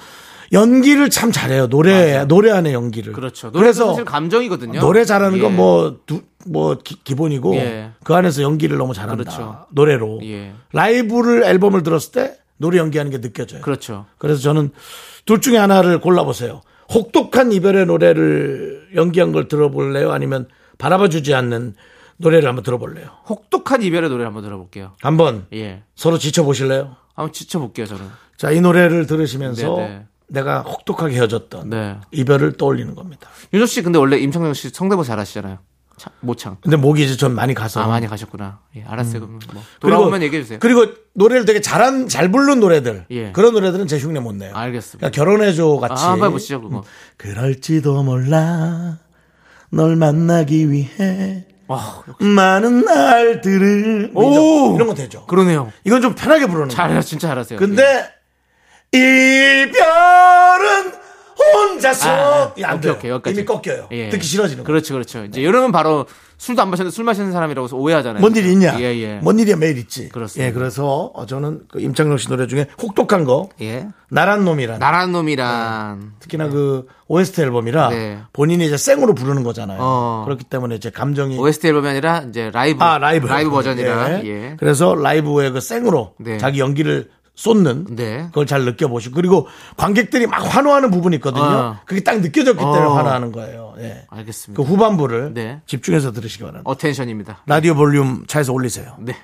Speaker 3: 연기를 참 잘해요. 노래, 노래 안에 연기를.
Speaker 4: 그렇죠. 노래도
Speaker 3: 그래서
Speaker 4: 사실 감정이거든요.
Speaker 3: 노래 잘하는
Speaker 4: 예.
Speaker 3: 건 뭐, 두, 뭐 기, 기본이고
Speaker 4: 예.
Speaker 3: 그 안에서 연기를 너무 잘한다.
Speaker 4: 그렇죠.
Speaker 3: 노래로.
Speaker 4: 예.
Speaker 3: 라이브를 앨범을 들었을 때 노래 연기하는 게 느껴져요.
Speaker 4: 그렇죠.
Speaker 3: 그래서 저는 둘 중에 하나를 골라보세요. 혹독한 이별의 노래를 연기한 걸 들어볼래요? 아니면 바라봐 주지 않는 노래를 한번 들어볼래요?
Speaker 4: 혹독한 이별의 노래 한번 들어볼게요.
Speaker 3: 한번
Speaker 4: 예.
Speaker 3: 서로 지쳐보실래요?
Speaker 4: 한번 지쳐볼게요, 저는.
Speaker 3: 자, 이 노래를 들으시면서
Speaker 4: 네네.
Speaker 3: 내가 혹독하게 헤어졌던
Speaker 4: 네.
Speaker 3: 이별을 떠올리는 겁니다.
Speaker 4: 윤호 씨 근데 원래 임창정 씨 성대모사 잘하시잖아요. 차- 모창.
Speaker 3: 근데 목이 이제 전 많이 가서.
Speaker 4: 아 많이 가셨구나. 예, 알았어요. 그럼 뭐 돌아오면 얘기해 주세요.
Speaker 3: 음. 그리고 노래를 되게 잘한, 잘 부른 노래들.
Speaker 4: 예.
Speaker 3: 그런 노래들은 제 흉내 못 내요.
Speaker 4: 알겠습니다.
Speaker 3: 그러니까 결혼해줘 같이. 음,
Speaker 4: 아, 한번 해보시죠 그거.
Speaker 3: 그럴지도 몰라. 널 만나기 위해
Speaker 4: 와,
Speaker 3: 많은
Speaker 4: 뭐
Speaker 3: 날들을 오! 이런, 이런 건 되죠.
Speaker 4: 그러네요.
Speaker 3: 이건 좀 편하게 부르는 거.
Speaker 4: 예. 잘해요, 진짜 잘하세요.
Speaker 3: 근데 이별은 혼자서
Speaker 4: 아,
Speaker 3: 이게 안
Speaker 4: 오케이,
Speaker 3: 돼요.
Speaker 4: 오케이, 여기까지.
Speaker 3: 이미 꺾여요.
Speaker 4: 예.
Speaker 3: 듣기 싫어지는 거. 네.
Speaker 4: 그렇죠, 그렇죠. 이제 여름은 바로 술도 안 마셨는데 술 마시는 사람이라고 해서 오해하잖아요.
Speaker 3: 뭔 일이 있냐?
Speaker 4: 예, 예.
Speaker 3: 뭔 일이야 매일 있지.
Speaker 4: 그렇습니다.
Speaker 3: 예, 그래서 어, 저는 그 임창정 씨 노래 중에 혹독한 거
Speaker 4: 예.
Speaker 3: 나란 놈이란
Speaker 4: 나란 놈이란
Speaker 3: 특히나 그 OST 앨범이라
Speaker 4: 네.
Speaker 3: 본인이 이제 생으로 부르는 거잖아요.
Speaker 4: 어.
Speaker 3: 그렇기 때문에 이제 감정이
Speaker 4: OST 앨범이 아니라 이제 라이브
Speaker 3: 네. 아 라이브
Speaker 4: 버전이라
Speaker 3: 예.
Speaker 4: 예.
Speaker 3: 그래서 라이브의 그 생으로
Speaker 4: 네.
Speaker 3: 자기 연기를 쏟는
Speaker 4: 네.
Speaker 3: 그걸 잘 느껴보시고 그리고 관객들이 막 환호하는 부분이 있거든요.
Speaker 4: 어.
Speaker 3: 그게 딱 느껴졌기 때문에
Speaker 4: 어.
Speaker 3: 환호하는 거예요. 예. 그
Speaker 4: 알겠습니다.
Speaker 3: 후반부를
Speaker 4: 네.
Speaker 3: 집중해서 들으시기 바랍니다.
Speaker 4: 어텐션입니다.
Speaker 3: 라디오 볼륨 차에서 올리세요.
Speaker 4: 네.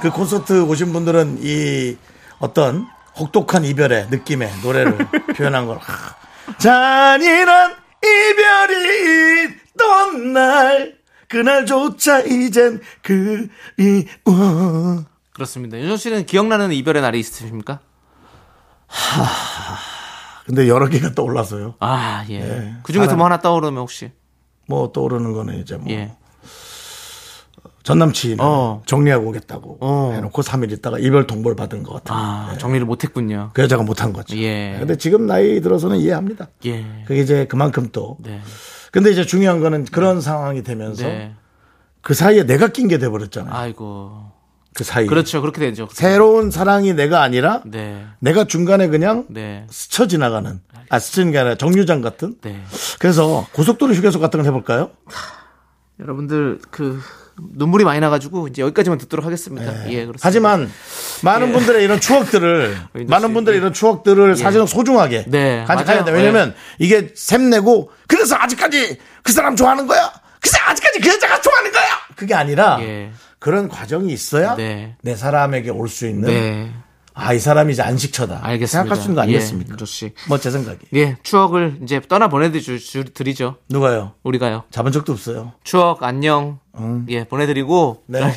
Speaker 3: 그 콘서트 오신 분들은 이 어떤 혹독한 이별의 느낌의 노래로 표현한 걸 하, 잔인한 이별이 있던 날 그날조차 이젠 그 그리워
Speaker 4: 그렇습니다. 윤정 씨는 기억나는 이별의 날이 있으십니까?
Speaker 3: 아, 근데 여러 개가 떠올라서요
Speaker 4: 아, 예.
Speaker 3: 예.
Speaker 4: 그 중에서
Speaker 3: 사람-
Speaker 4: 뭐 하나 떠오르면 혹시.
Speaker 3: 뭐 떠오르는 거는 이제 뭐
Speaker 4: 예.
Speaker 3: 전남친
Speaker 4: 어.
Speaker 3: 정리하고 오겠다고
Speaker 4: 어.
Speaker 3: 해놓고 3일 있다가 이별 통보를 받은 것 같아요
Speaker 4: 아, 정리를 못 했군요.
Speaker 3: 그 여자가 못한 거죠
Speaker 4: 예.
Speaker 3: 근데 지금 나이 들어서는 이해합니다
Speaker 4: 예.
Speaker 3: 그게 이제 그만큼 또
Speaker 4: 네.
Speaker 3: 근데 이제 중요한 거는 그런 상황이 되면서
Speaker 4: 네.
Speaker 3: 그 사이에 내가 낀 게 돼버렸잖아요.
Speaker 4: 아이고.
Speaker 3: 그 사이에.
Speaker 4: 그렇죠. 그렇게 되죠.
Speaker 3: 새로운 사랑이 내가 아니라
Speaker 4: 네.
Speaker 3: 내가 중간에 그냥
Speaker 4: 네.
Speaker 3: 스쳐 지나가는, 아, 스치는 게 아니라 정류장 같은?
Speaker 4: 네.
Speaker 3: 그래서 고속도로 휴게소 같은 걸 해볼까요?
Speaker 4: 여러분들 그 눈물이 많이 나 가지고 이제 여기까지만 듣도록 하겠습니다. 예, 그렇습니다.
Speaker 3: 네. 하지만 많은
Speaker 4: 예.
Speaker 3: 분들의 이런 추억들을,
Speaker 4: 의인도
Speaker 3: 많은
Speaker 4: 씨,
Speaker 3: 분들의
Speaker 4: 예.
Speaker 3: 이런 추억들을 사실은 소중하게
Speaker 4: 네,
Speaker 3: 간직해야
Speaker 4: 맞아요. 예.
Speaker 3: 돼. 왜냐면 이게 샘내고 그래서 아직까지 그 사람 좋아하는 거야? 그래서 아직까지 그 여자가 좋아하는 거야? 그게 아니라
Speaker 4: 예.
Speaker 3: 그런 과정이 있어야
Speaker 4: 네.
Speaker 3: 내 사람에게 올 수 있는
Speaker 4: 네.
Speaker 3: 아, 이 사람이 이제 안식처다.
Speaker 4: 알겠습니다.
Speaker 3: 생각할 수 있는 거
Speaker 4: 예,
Speaker 3: 아니겠습니까?
Speaker 4: 윤조 씨.
Speaker 3: 뭐 제 생각이.
Speaker 4: 예, 추억을 이제 떠나 보내드리죠.
Speaker 3: 누가요?
Speaker 4: 우리가요.
Speaker 3: 잡은 적도 없어요.
Speaker 4: 추억 안녕. 예, 보내드리고.
Speaker 3: 음. 네.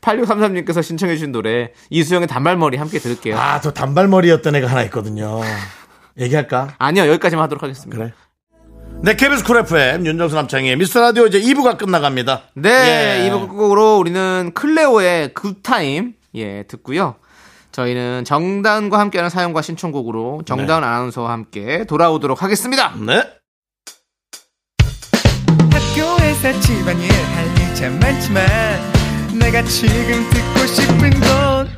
Speaker 4: 8633님께서 신청해주신 노래 이수영의 단발머리 함께 들을게요.
Speaker 3: 아, 저 단발머리였던 애가 하나 있거든요. 얘기할까?
Speaker 4: 아니요, 여기까지만 하도록 하겠습니다.
Speaker 3: 그래. 네, 케빈스 쿨 FM, 윤정수 남창희, 미스터 라디오 이제 2부가 끝나갑니다.
Speaker 4: 네,
Speaker 3: 예.
Speaker 4: 이부 곡으로 우리는 클레오의 굿타임, 예, 듣고요. 저희는 정다은과 함께하는 사연과 신청곡으로 정다은 아나운서와 함께 돌아오도록 하겠습니다.
Speaker 3: 네.
Speaker 8: 학교에서 집안일 할 일 참 많지만 내가 지금 듣고 싶은 건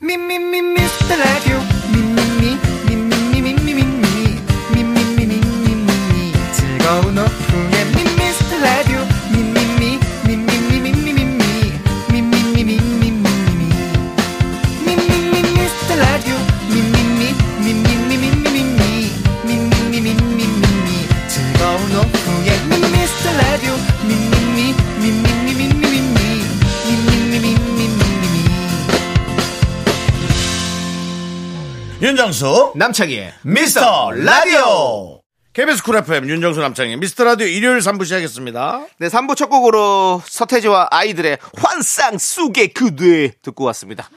Speaker 8: 미미미 미스터 라디오 미미미 미미미 미미미 미미미 미미미 즐거운 오후에 미스터 라디오 미미미 미미미 미미미 미미미 미미미
Speaker 3: 윤정수,
Speaker 4: 남창희의
Speaker 3: 미스터 라디오. KBS 쿨 FM, 윤정수 남창희, 미스터 라디오 일요일 3부 시작했습니다.
Speaker 4: 네, 3부 첫 곡으로 서태지와 아이들의 환상 속의 그대 듣고 왔습니다.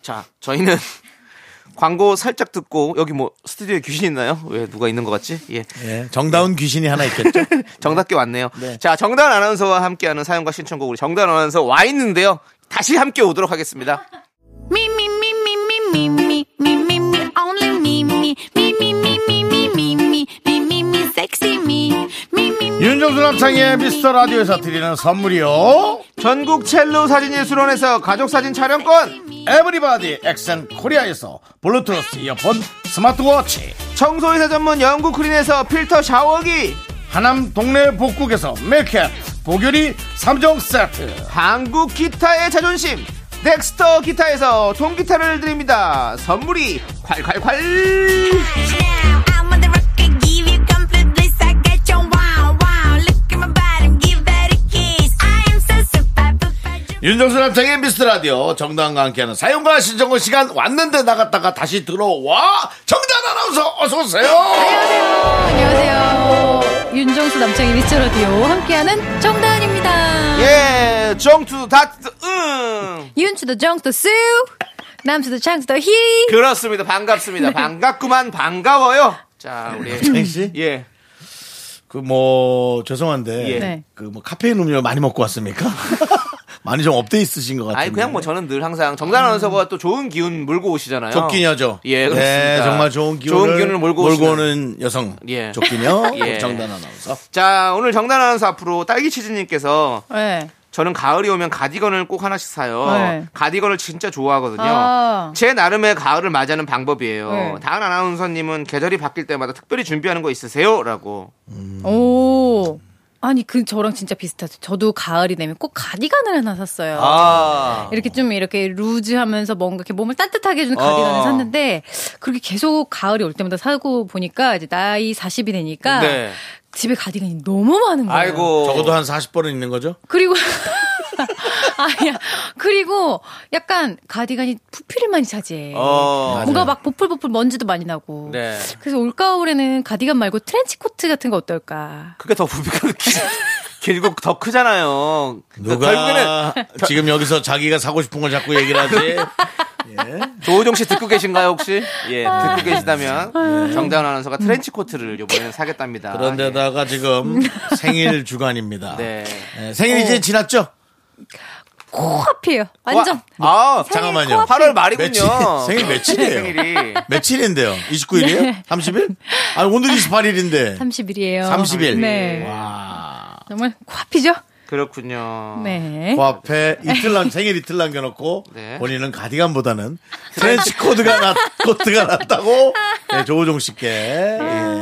Speaker 4: 자, 저희는 광고 살짝 듣고 여기 뭐 스튜디오에 귀신 있나요? 왜 누가 있는 것 같지? 예.
Speaker 3: 예, 정다운 귀신이 하나 있겠죠?
Speaker 4: 정답게 왔네요. 자, 정다은 아나운서와 함께하는 사연과 신청곡 우리 정다은 아나운서 와 있는데요. 다시 함께 오도록 하겠습니다.
Speaker 5: Me, me, me, me, me, me, me, me, me, me, only me, me, me, me, me, me, me, me, me, me, me, me, sexy me, me, me, me.
Speaker 3: 윤정수 남창희의 미스터 라디오에서 드리는 선물이요.
Speaker 4: 전국 첼로 사진예술원에서 가족사진 촬영권,
Speaker 3: 에브리바디 엑센 코리아에서 블루투스 이어폰 스마트워치
Speaker 4: 청소회사 전문 영국크린에서 필터 샤워기,
Speaker 3: 하남 동네 복국에서 밀켓 보교리 3종 세트
Speaker 4: 한국 기타의 자존심, 넥스터 기타에서 통기타를 드립니다. 선물이 콸콸콸!
Speaker 5: Now, I'm on the rocket, give you complete bliss. I got your wow, wow. Look at my bottom, give that a kiss. I am so super, super.
Speaker 3: 윤정수 남창의 미스트라디오 정당과 함께하는 사용과 신청곡 시간 왔는데 나갔다가 다시 들어와 정단 아나운서 어서오세요
Speaker 9: 안녕하세요. 윤정수 남창희 미스터 라디오 함께하는 정다은입니다.
Speaker 4: 예, 정투 다트, 음. 응!
Speaker 9: 윤추도 정도 쑥 남수도 창수도 히.
Speaker 4: 그렇습니다. 반갑습니다. 반갑구만, 반가워요. 자, 우리.
Speaker 3: 땡씨
Speaker 4: 예.
Speaker 3: 그 뭐 죄송한데
Speaker 4: 예.
Speaker 9: 네.
Speaker 3: 그 뭐 카페인 음료 많이 먹고 왔습니까? 많이 좀 업돼 있으신 것 같아요.
Speaker 4: 아니 그냥 뭐 저는 늘 항상 정단 아나운서가 또 좋은 기운 몰고 오시잖아요.
Speaker 3: 조끼녀죠.
Speaker 4: 예, 그렇습니다.
Speaker 3: 네, 정말 좋은 기운을,
Speaker 4: 좋은 기운을 몰고, 오시는.
Speaker 3: 오는 여성
Speaker 4: 예.
Speaker 3: 조끼녀
Speaker 4: 예.
Speaker 3: 정단 아나운서.
Speaker 4: 자, 오늘 정단 아나운서 앞으로 딸기 치즈님께서
Speaker 9: 예.
Speaker 8: 네.
Speaker 4: 저는 가을이 오면 가디건을 꼭 하나씩 사요.
Speaker 8: 네.
Speaker 4: 가디건을 진짜 좋아하거든요.
Speaker 8: 아.
Speaker 4: 제 나름의 가을을 맞이하는 방법이에요.
Speaker 8: 네.
Speaker 4: 다은 아나운서님은 계절이 바뀔 때마다 특별히 준비하는 거 있으세요? 라고.
Speaker 8: 오. 아니 그 저랑 진짜 비슷하죠. 저도 가을이 되면 꼭 가디건을 하나 샀어요.
Speaker 4: 아.
Speaker 8: 이렇게 좀 이렇게 루즈하면서 뭔가 이렇게 몸을 따뜻하게 해주는 가디건을
Speaker 4: 어.
Speaker 8: 샀는데 그렇게 계속 가을이 올 때마다 사고 보니까 이제 나이 40이 되니까
Speaker 3: 네.
Speaker 8: 집에 가디건이 너무 많은 거예요.
Speaker 4: 아이고.
Speaker 3: 적어도 한 40번은 있는 거죠?
Speaker 8: 그리고 아니야. 그리고 약간 가디건이 부피를 많이 차지해.
Speaker 3: 음.
Speaker 4: 어.
Speaker 8: 뭔가 막 보풀보풀 먼지도 많이 나고.
Speaker 4: 네.
Speaker 8: 그래서 올 가을에는 가디건 말고 트렌치 코트 같은 거 어떨까?
Speaker 4: 그게 더 부피가 기- 길고 더 크잖아요. 그
Speaker 3: 누가 지금 여기서 자기가 사고 싶은 걸 자꾸 얘기를 하지?
Speaker 4: 조우종 씨 듣고 계신가요 혹시? 예,
Speaker 8: 아.
Speaker 4: 듣고 계시다면
Speaker 8: 네.
Speaker 4: 정다은 아나운서가 트렌치 코트를 이번에 사겠답니다.
Speaker 3: 그런데다가 지금 생일 주간입니다.
Speaker 4: 아, 예. 네.
Speaker 3: 네, 생일 이제 지났죠?
Speaker 8: 코앞이에요. 완전.
Speaker 4: 와, 아,
Speaker 3: 잠깐만요.
Speaker 4: 8월 말이군요.
Speaker 3: 며칠, 생일 며칠이에요?
Speaker 4: 생일이.
Speaker 3: 며칠인데요? 29일이에요?
Speaker 4: 네.
Speaker 3: 30일? 아, 오늘 28일인데.
Speaker 8: 30일이에요.
Speaker 3: 30일.
Speaker 8: 네. 정말 코앞이죠?
Speaker 4: 그렇군요.
Speaker 8: 네.
Speaker 3: 그 앞에 이틀 남 생일 이틀 남겨놓고
Speaker 4: 네.
Speaker 3: 본인은 가디건보다는 트렌치 코드가 낫 코트가 낫다고 네, 조호종 씨께 예,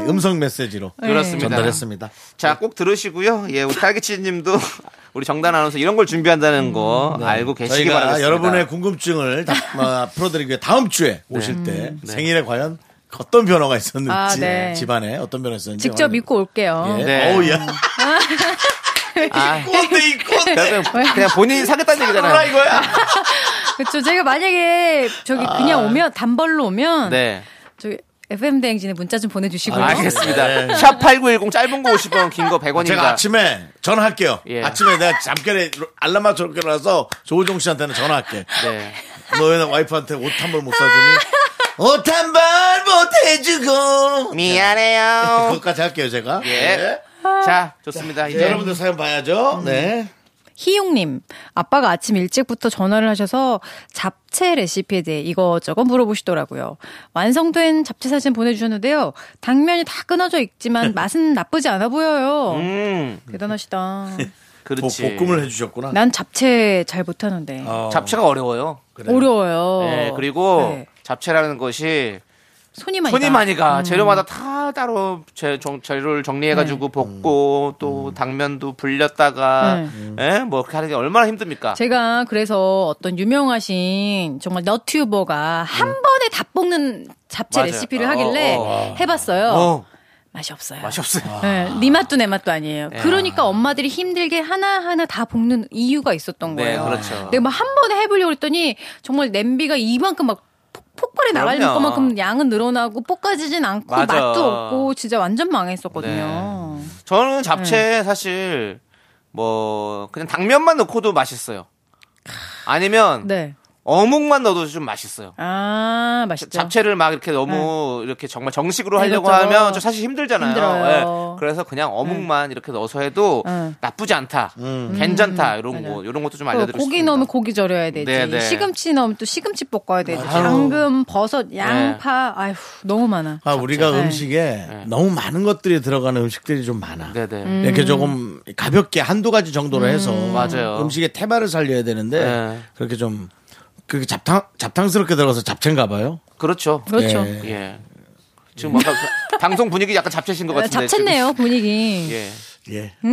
Speaker 3: 음성 메시지로
Speaker 4: 그렇습니다.
Speaker 3: 전달했습니다.
Speaker 4: 자, 꼭 들으시고요. 예, 우리 딸기치님도 우리 정단 아나운서 이런 걸 준비한다는 거 알고 계시기
Speaker 3: 음, 네. 저희가
Speaker 4: 바라겠습니다.
Speaker 3: 여러분의 궁금증을 다 어, 풀어드리기 위해 다음 주에
Speaker 4: 네.
Speaker 3: 오실 때
Speaker 4: 음,
Speaker 3: 생일에 과연 어떤 변화가 있었는지
Speaker 8: 아, 네.
Speaker 3: 집안에 어떤 변화가 있었는지
Speaker 8: 직접
Speaker 3: 확인-
Speaker 8: 믿고 올게요.
Speaker 3: 예.
Speaker 4: 네.
Speaker 3: 어우 야
Speaker 4: 아,
Speaker 3: 꼰대 이 꼰대
Speaker 4: 그냥, 그냥 본인이 사겠다는
Speaker 3: 뭐라
Speaker 4: 얘기잖아요.
Speaker 3: 이거야
Speaker 8: 그렇죠. 제가 만약에 저기 그냥 오면 단발로 오면
Speaker 4: 아. 네. 아,
Speaker 8: 저기 FM 대행진에 문자 좀 보내주시고요.
Speaker 4: 알겠습니다.
Speaker 3: 네.
Speaker 4: 샵8910 짧은 거 50원, 긴 거 100원입니다.
Speaker 3: 제가 아침에 전화할게요
Speaker 4: 예.
Speaker 3: 아침에 내가 잠결에 알람 맞춰놓고 일어나서 조호종 씨한테는 전화할게
Speaker 4: 네.
Speaker 3: 너는 와이프한테 옷 한 벌 못 사주니? 옷 한 벌 못 해주고.
Speaker 4: 미안해요.
Speaker 3: 그것까지 할게요, 제가.
Speaker 4: 어. 예.
Speaker 3: 네.
Speaker 4: 자, 좋습니다.
Speaker 3: 자,
Speaker 4: 이제
Speaker 3: 네. 여러분들 사연 봐야죠.
Speaker 4: 음.
Speaker 3: 네.
Speaker 8: 희용님, 아빠가 아침 일찍부터 전화를 하셔서 잡채 레시피에 대해 이것저것 물어보시더라고요. 완성된 잡채 사진 보내주셨는데요. 당면이 다 끊어져 있지만 맛은 나쁘지 않아 보여요.
Speaker 4: 음,
Speaker 8: 대단하시다.
Speaker 3: 뭐
Speaker 4: 그렇지.
Speaker 3: 볶음을 해주셨구나.
Speaker 8: 난 잡채 잘 못하는데.
Speaker 3: 어.
Speaker 4: 잡채가 어려워요.
Speaker 8: 어려워요.
Speaker 4: 아, 네, 그리고
Speaker 8: 네.
Speaker 4: 잡채라는 것이
Speaker 8: 손이 음. 많이
Speaker 4: 손이
Speaker 8: 가.
Speaker 4: 많이 가. 재료마다 다 따로 재, 료를 정리해가지고
Speaker 8: 네.
Speaker 4: 볶고 또 당면도 불렸다가 예? 뭐 그렇게 하는 게 얼마나 힘듭니까?
Speaker 8: 네. 제가 그래서 어떤 유명하신 정말 너튜버가 한 번에 다 볶는 잡채
Speaker 4: 음. 맞아요.
Speaker 8: 레시피를
Speaker 4: 어,
Speaker 8: 하길래
Speaker 4: 어, 어.
Speaker 8: 해봤어요.
Speaker 4: 어,
Speaker 8: 맛이 없어요.
Speaker 4: 맛이 없어요. 네.
Speaker 8: 네, 네 맛도 내 맛도 아니에요. 그러니까 엄마들이 힘들게 하나하나 다 볶는 이유가 있었던
Speaker 4: 네,
Speaker 8: 거예요.
Speaker 4: 그렇죠.
Speaker 8: 내가 막 한 번에 해보려고 했더니 정말 냄비가 이만큼 막 폭- 폭발해 나갈
Speaker 4: 그럼요.
Speaker 8: 것만큼 양은 늘어나고 볶아지진 않고
Speaker 4: 맞아.
Speaker 8: 맛도 없고 진짜 완전 망했었거든요.
Speaker 4: 저는 잡채
Speaker 8: 네.
Speaker 4: 사실 뭐 그냥 당면만 넣고도 맛있어요. 아니면
Speaker 8: 네.
Speaker 4: 어묵만 넣어도 좀 맛있어요.
Speaker 8: 아, 맛있죠.
Speaker 4: 잡채를 막 이렇게 너무 이렇게 정말 정식으로 하려고
Speaker 8: 이것저것.
Speaker 4: 하면 좀 사실 힘들잖아요.
Speaker 8: 네. 그렇죠. 힘들어요. 네.
Speaker 4: 예. 그래서 그냥 어묵만 이렇게 넣어서 해도
Speaker 8: 응.
Speaker 4: 나쁘지 않다, 괜찮다 이런
Speaker 8: 음. 맞아요.
Speaker 4: 거 이런 것도 좀
Speaker 8: 또
Speaker 4: 알려드리고
Speaker 8: 그 고기
Speaker 4: 싶습니다.
Speaker 8: 넣으면 고기 절여야 되지.
Speaker 4: 네, 네.
Speaker 8: 시금치 넣으면 또 시금치 볶아야 되지.
Speaker 4: 아유. 네.
Speaker 8: 당근, 버섯, 양파. 아휴, 너무 많아.
Speaker 3: 아, 우리가
Speaker 8: 네.
Speaker 3: 음식에 너무 많은 것들이 들어가는 음식들이 좀 많아.
Speaker 4: 네네. 음.
Speaker 3: 이렇게 조금 가볍게 한두 가지 정도로 해서
Speaker 4: 맞아요.
Speaker 3: 음식의 테마를 살려야 되는데
Speaker 4: 네.
Speaker 3: 그렇게 좀 그게 잡탕 잡탕스럽게 들어가서 잡채인가 봐요.
Speaker 4: 그렇죠.
Speaker 8: 그렇죠.
Speaker 3: 예.
Speaker 4: 예. 지금
Speaker 3: 네.
Speaker 4: 뭔가 그- 방송 분위기 약간 잡채신 것
Speaker 8: 아,
Speaker 4: 같은데. 지금.
Speaker 8: 잡채네요, 분위기.
Speaker 4: 예.
Speaker 3: 예.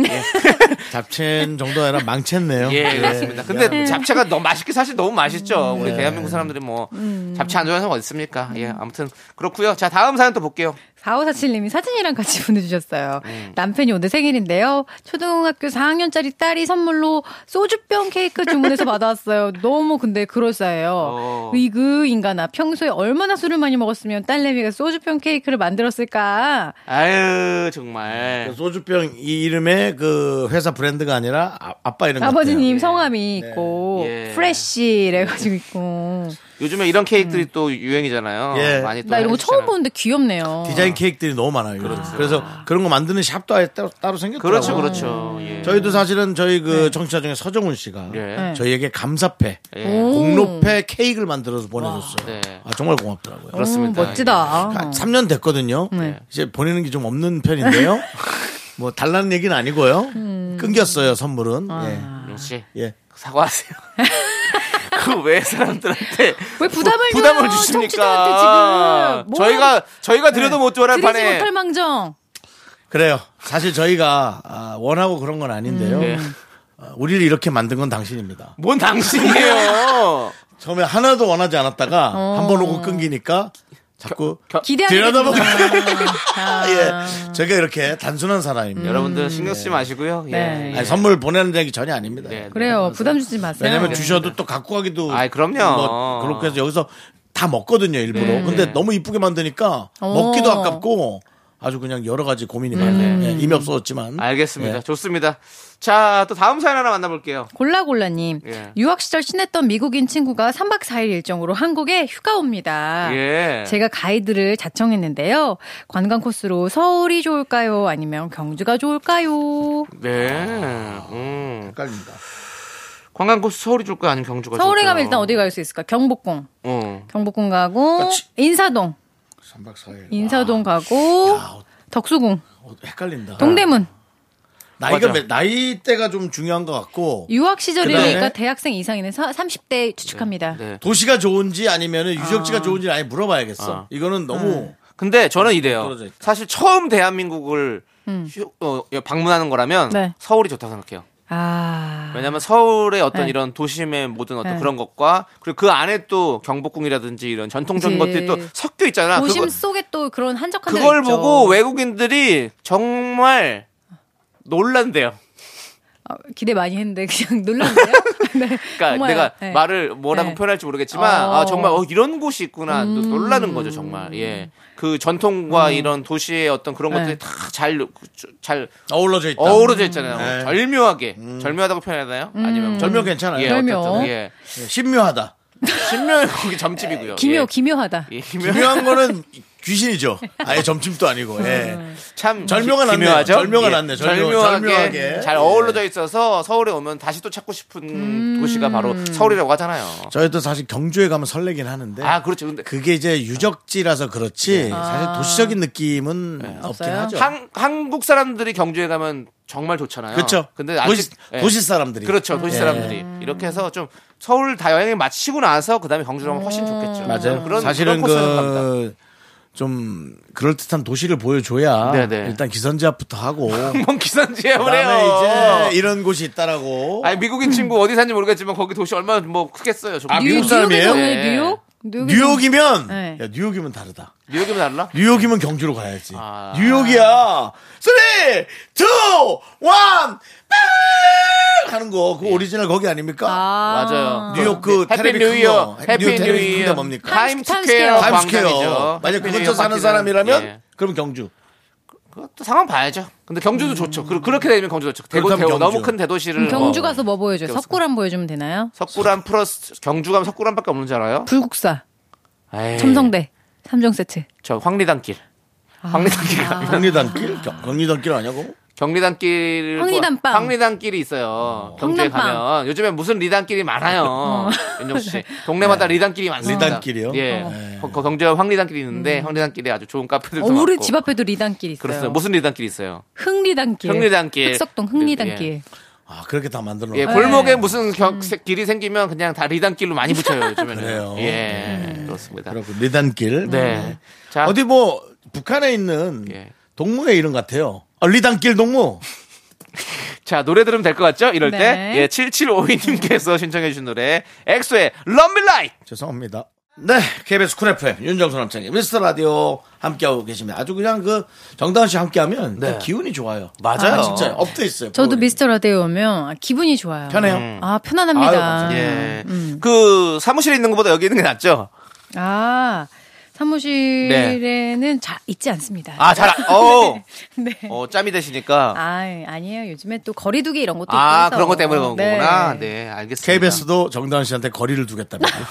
Speaker 3: 잡채 정도 아니라 망챘네요. 음.
Speaker 4: 예, 그렇습니다. 근데 잡채가 너무 맛있게 사실 너무 맛있죠.
Speaker 3: 네.
Speaker 4: 우리 대한민국 사람들이 뭐
Speaker 8: 음.
Speaker 4: 잡채 안 좋아하는 사람 어디 있습니까? 예, 아무튼 그렇고요. 자, 다음 사연 또 볼게요.
Speaker 8: 4547님이 사진이랑 같이 보내주셨어요.
Speaker 4: 음.
Speaker 8: 남편이 오늘 생일인데요. 초등학교 4학년짜리 딸이 선물로 소주병 케이크 주문해서 받아왔어요. 너무 근데 그럴싸해요.
Speaker 4: 어.
Speaker 8: 이그 인간아 평소에 얼마나 술을 많이 먹었으면 딸내미가 소주병 케이크를 만들었을까?
Speaker 4: 아유, 정말.
Speaker 3: 소주병 이 이름의 그 회사 브랜드가 아니라 아, 빠 이름
Speaker 8: 아버지님
Speaker 3: 같아요.
Speaker 8: 성함이 있고
Speaker 4: 예.
Speaker 8: 프레쉬래가지고 있고
Speaker 4: 요즘에 이런 케이크들이 또 유행이잖아요.
Speaker 3: 예.
Speaker 4: 많이 또
Speaker 8: 음. 나 이런 거 처음
Speaker 4: 해주시잖아요.
Speaker 8: 보는데 귀엽네요. 음,
Speaker 3: 디자인 케이크들이 너무 많아요. 그래서 그런 거 만드는 샵도 아예 따로, 따로 생겼더라고요.
Speaker 4: 그렇죠, 그렇죠.
Speaker 8: 음.
Speaker 4: 예.
Speaker 3: 저희도 사실은 저희 그 청취자 중에 서정훈 씨가
Speaker 4: 예.
Speaker 8: 네.
Speaker 3: 저희에게 감사패,
Speaker 4: 예.
Speaker 3: 공로패 케이크를 만들어서 보내줬어요.
Speaker 4: 네.
Speaker 3: 아, 정말 고맙더라고요.
Speaker 4: 그렇습니다. 아,
Speaker 8: 오, 멋지다.
Speaker 3: 한 3년 됐거든요.
Speaker 8: 네.
Speaker 3: 이제 보내는 게 좀 없는 편인데요. 뭐 달라는 얘기는 아니고요.
Speaker 8: 음.
Speaker 3: 끊겼어요, 선물은.
Speaker 8: 아.
Speaker 4: 예. 윤 씨,
Speaker 3: 예. 예.
Speaker 4: 사과하세요. 그 왜 사람들한테
Speaker 8: 왜 부담을
Speaker 4: 부- 부담을
Speaker 8: 줘요,
Speaker 4: 주십니까?
Speaker 8: 청취자한테 지금. 뭐-
Speaker 4: 저희가 저희가 드려도 못 줘라는
Speaker 8: 드리지
Speaker 4: 판에
Speaker 8: 못할 망정.
Speaker 3: 그래요. 사실 저희가 아, 원하고 그런 건 아닌데요.
Speaker 8: 음. 네.
Speaker 4: 예.
Speaker 3: 아, 우리를 이렇게 만든 건 당신입니다.
Speaker 4: 뭔 당신이에요?
Speaker 3: 처음에 하나도 원하지 않았다가 한 번 오고 끊기니까 자꾸
Speaker 8: 어. 기대하게
Speaker 3: 들여다보고
Speaker 8: 되는구나. 아.
Speaker 3: 예. 제가 이렇게 단순한 사람입니다.
Speaker 4: 여러분들 신경 쓰지 마시고요. 예.
Speaker 8: 음, 네.
Speaker 3: 아니, 선물 보내는 얘기 전혀 아닙니다.
Speaker 4: 네.
Speaker 8: 그래요. 부담 주지 마세요.
Speaker 3: 왜냐면 주셔도 또 갖고 가기도
Speaker 4: 아이, 그럼요. 네.
Speaker 3: 뭐 그렇게 해서 여기서 다 먹거든요, 일부러. 근데 너무 이쁘게 만드니까
Speaker 8: 어.
Speaker 3: 먹기도 아깝고 아주 그냥 여러 가지 고민이 많아요. 예, 이미 없어졌지만.
Speaker 4: 네. 알겠습니다.
Speaker 3: 예.
Speaker 4: 좋습니다. 자, 또 다음 사연 하나 만나볼게요.
Speaker 8: 골라골라님,
Speaker 4: 예.
Speaker 8: 유학 시절 친했던 미국인 친구가 3박 4일 일정으로 한국에 휴가 옵니다.
Speaker 4: 예.
Speaker 8: 아, 제가 가이드를 자청했는데요. 관광 코스로 서울이 좋을까요? 아니면 경주가 좋을까요?
Speaker 4: 네. 음.
Speaker 3: 헷갈립니다.
Speaker 4: 관광코스 서울이 줄까 아니면 경주가
Speaker 8: 서울에
Speaker 4: 줄까요?
Speaker 8: 가면 일단 어디 갈 수 있을까? 경복궁.
Speaker 4: 어.
Speaker 8: 경복궁 가고, 인사동.
Speaker 3: 3박 4일.
Speaker 8: 인사동
Speaker 4: 아.
Speaker 8: 가고, 덕수궁.
Speaker 3: 어, 헷갈린다.
Speaker 8: 동대문.
Speaker 4: 네.
Speaker 3: 나이가
Speaker 4: 맞아.
Speaker 3: 몇- 나이대가 좀 중요한 것 같고
Speaker 8: 유학 시절이니까
Speaker 3: 그다음에?
Speaker 8: 대학생 이상이네. 서- 30대 추측합니다.
Speaker 4: 네.
Speaker 3: 도시가 좋은지 아니면 유적지가 좋은지 아예 물어봐야겠어.
Speaker 4: 아.
Speaker 3: 이거는 너무
Speaker 4: 근데 저는 이래요.
Speaker 3: 떨어져 있다.
Speaker 4: 사실 처음 대한민국을
Speaker 8: 음.
Speaker 4: 휴- 어, 방문하는 거라면
Speaker 8: 네.
Speaker 4: 서울이 좋다고 생각해요.
Speaker 8: 아.
Speaker 4: 왜냐면 서울의 어떤
Speaker 8: 네.
Speaker 4: 이런 도심의 모든 어떤
Speaker 8: 네.
Speaker 4: 그런 것과 그리고 그 안에 또 경복궁이라든지 이런 전통적인 것들이
Speaker 8: 그치.
Speaker 4: 또 섞여 있잖아.
Speaker 8: 도심
Speaker 4: 그거-
Speaker 8: 속에 또 그런 한적한 데가
Speaker 4: 그걸
Speaker 8: 있죠.
Speaker 4: 보고 외국인들이 정말 놀란대요.
Speaker 8: 아, 기대 많이 했는데 그냥 놀랐네요. 네,
Speaker 4: 그러니까
Speaker 8: 정말요.
Speaker 4: 내가
Speaker 8: 네.
Speaker 4: 말을 뭐라고
Speaker 8: 네.
Speaker 4: 표현할지 모르겠지만
Speaker 8: 어. 음.
Speaker 4: 아 정말 어, 이런 곳이 있구나 또 놀라는 거죠 정말 예그 전통과 이런 도시의 어떤 그런
Speaker 8: 네.
Speaker 4: 것들이 다 잘 잘
Speaker 3: 어우러져 있다.
Speaker 4: 어우러져 있잖아요
Speaker 3: 네.
Speaker 4: 절묘하게 절묘하다고 표현해야 되나요 아니면
Speaker 3: 절묘 괜찮아요.
Speaker 4: 예,
Speaker 8: 음. 절묘.
Speaker 4: 어쨌든, 예
Speaker 3: 예, 신묘하다.
Speaker 4: 신묘 거기 점집이고요
Speaker 8: 기묘 기묘하다.
Speaker 4: 예. 예,
Speaker 3: 중요한 거는 귀신이죠. 아예 점집도 아니고.
Speaker 8: 음.
Speaker 3: 예.
Speaker 4: 참
Speaker 3: 절묘가 낫네요.
Speaker 4: 기묘하죠?
Speaker 3: 절묘가
Speaker 4: 예.
Speaker 3: 낫네. 절묘,
Speaker 4: 절묘하게,
Speaker 3: 절묘하게.
Speaker 4: 잘
Speaker 3: 예.
Speaker 4: 어우러져 있어서 서울에 오면 다시 또 찾고 싶은
Speaker 8: 음.
Speaker 4: 도시가 바로 서울이라고 하잖아요.
Speaker 3: 저희도 사실 경주에 가면 설레긴 하는데
Speaker 4: 아 네. 그렇죠. 근데
Speaker 3: 그게 이제 유적지라서 그렇지
Speaker 4: 아.
Speaker 3: 사실 도시적인 느낌은
Speaker 4: 네.
Speaker 3: 없긴
Speaker 8: 없어요?
Speaker 3: 하죠.
Speaker 4: 한, 한국 사람들이 경주에 가면 정말 좋잖아요.
Speaker 3: 그렇죠.
Speaker 4: 어, 근데
Speaker 3: 도시,
Speaker 4: 아직 예.
Speaker 3: 도시 사람들이 예.
Speaker 4: 그렇죠. 도시 사람들이 이렇게 해서 좀 서울 다 여행을 마치고 나서 그다음에 경주로 가면 훨씬 좋겠죠.
Speaker 3: 맞아요.
Speaker 4: 그런
Speaker 3: 사실은
Speaker 4: 그런 코스로 갑니다.
Speaker 3: 그좀 그럴 듯한 도시를 보여줘야
Speaker 4: 네네.
Speaker 3: 일단 기선제압부터 하고
Speaker 4: 뭔 기선지에
Speaker 3: 그다음에
Speaker 4: 그래요.
Speaker 3: 이제 이런 곳이 있다라고
Speaker 4: 아니 미국인 친구 어디 사는지 모르겠지만 거기 도시 얼마나 뭐 크겠어요. 저
Speaker 3: 아,
Speaker 8: 뉴-
Speaker 3: 미국 사람이에요?
Speaker 8: 뉴욕에서 왜
Speaker 4: 네.
Speaker 8: 뉴욕? 뉴욕에서-
Speaker 3: 뉴욕이면
Speaker 8: 네.
Speaker 3: 야, 뉴욕이면 다르다.
Speaker 4: 뉴욕이면 달라?
Speaker 3: 뉴욕이면 경주로 가야지.
Speaker 4: 아.
Speaker 3: 뉴욕이야. 3, 2, 1, 하는 거.
Speaker 4: 예.
Speaker 3: 그 오리지널 거기 아닙니까?
Speaker 8: 아.
Speaker 4: 맞아요. 네.
Speaker 3: 뉴욕 그
Speaker 4: 해피
Speaker 3: 테레비
Speaker 4: 뉴
Speaker 3: 큰
Speaker 4: 이어,
Speaker 3: 거.
Speaker 4: 해피
Speaker 3: 뉴욕
Speaker 4: 뉴
Speaker 3: 테레비 큰데
Speaker 4: 이어
Speaker 3: 뭡니까?
Speaker 4: 타임
Speaker 8: 타임스퀘어.
Speaker 4: 스퀘어
Speaker 3: 타임스퀘어.
Speaker 4: 광장이죠.
Speaker 3: 만약
Speaker 4: 해피 뉴
Speaker 3: 근처
Speaker 4: 이어
Speaker 3: 사는
Speaker 4: 파티는,
Speaker 3: 사람이라면
Speaker 4: 예.
Speaker 3: 그럼 경주.
Speaker 4: 또 상황 봐야죠. 근데 경주도 좋죠. 그- 그렇게 되면 경주 좋죠.
Speaker 3: 음.
Speaker 4: 대구,
Speaker 3: 그렇다면
Speaker 4: 대구 너무
Speaker 3: 경주.
Speaker 4: 큰 대도시를
Speaker 8: 경주
Speaker 4: 뭐- 네.
Speaker 8: 가서 뭐 보여줘요? 석굴암 보여주면 되나요?
Speaker 4: 석굴암 플러스 경주 가면 석굴암밖에 없는 줄 알아요?
Speaker 8: 불국사,
Speaker 4: 에이,
Speaker 8: 첨성대, 아. 삼종 세트.
Speaker 4: 저 황리단길. 황리단길 가면
Speaker 3: 경리단길? 경- 경리단길 아니고?
Speaker 4: 경리단길
Speaker 8: 황리단빵.
Speaker 4: 황리단길이 있어요. 경주에
Speaker 8: 황단빵. 어.
Speaker 4: 가면 요즘에 무슨 리단길이 많아요. 윤정수 씨. 동네마다 리단길이 많습니다.
Speaker 3: 리단길이요? 어.
Speaker 4: 예. 거- 거- 경주에 황리단길이 있는데 황리단길에 아주 좋은 카페들도
Speaker 8: 음. 어,
Speaker 4: 많고.
Speaker 8: 우리 집 앞에도 리단길 있어요.
Speaker 4: 그렇습니다. 무슨 리단길이 있어요?
Speaker 8: 흥리단길.
Speaker 4: 흥리단길.
Speaker 8: 흑석동
Speaker 4: 네,
Speaker 8: 흥리단길.
Speaker 3: 아, 그렇게 다 만들어
Speaker 8: 네.
Speaker 4: 예,
Speaker 3: 놨
Speaker 4: 골목에 무슨 경,
Speaker 8: 음.
Speaker 4: 길이 생기면 그냥 다 리단길로 많이 붙여요, 요즘에는.
Speaker 3: 그래요? 네.
Speaker 4: 예. 그렇습니다.
Speaker 3: 그렇고 리단길.
Speaker 4: 네. 자,
Speaker 3: 어디 뭐 북한에 있는
Speaker 4: 예.
Speaker 3: 동무의 이름 같아요. 어, 리단길 동무.
Speaker 4: 자, 노래 들으면 될 것 같죠? 이럴
Speaker 8: 네.
Speaker 4: 때. 예, 7752님께서 신청해주신 노래. 엑소의 런밀라이!
Speaker 3: 죄송합니다. 네, KBS 쿨 FM 윤정수 남창의 미스터 라디오 함께하고 계십니다. 아주 그냥 그 정다은 씨 함께하면 일단 기운이 좋아요. 네. 맞아요. 진짜 업돼 있어요.
Speaker 8: 저도
Speaker 4: 예.
Speaker 3: 프로그램이.
Speaker 8: 미스터 라디오 오면 기분이 좋아요.
Speaker 3: 편해요.
Speaker 8: 아 편안합니다. 음.
Speaker 3: 아유,
Speaker 4: 예. 그, 사무실에 있는 것보다 여기 있는 게 낫죠?
Speaker 8: 아 사무실에는 잘 있지 않습니다.
Speaker 4: 아, 잘, 아- 어,
Speaker 8: 네.
Speaker 4: 어, 짬이 되시니까.
Speaker 8: 아 아니에요. 요즘에 또 거리두기 이런 것도
Speaker 4: 아,
Speaker 8: 있고 해서.
Speaker 4: 그런 것 때문에 그런
Speaker 8: 네.
Speaker 4: 거구나. 네, 알겠습니다.
Speaker 3: KBS도 정다은 씨한테 거리를 두겠답니다.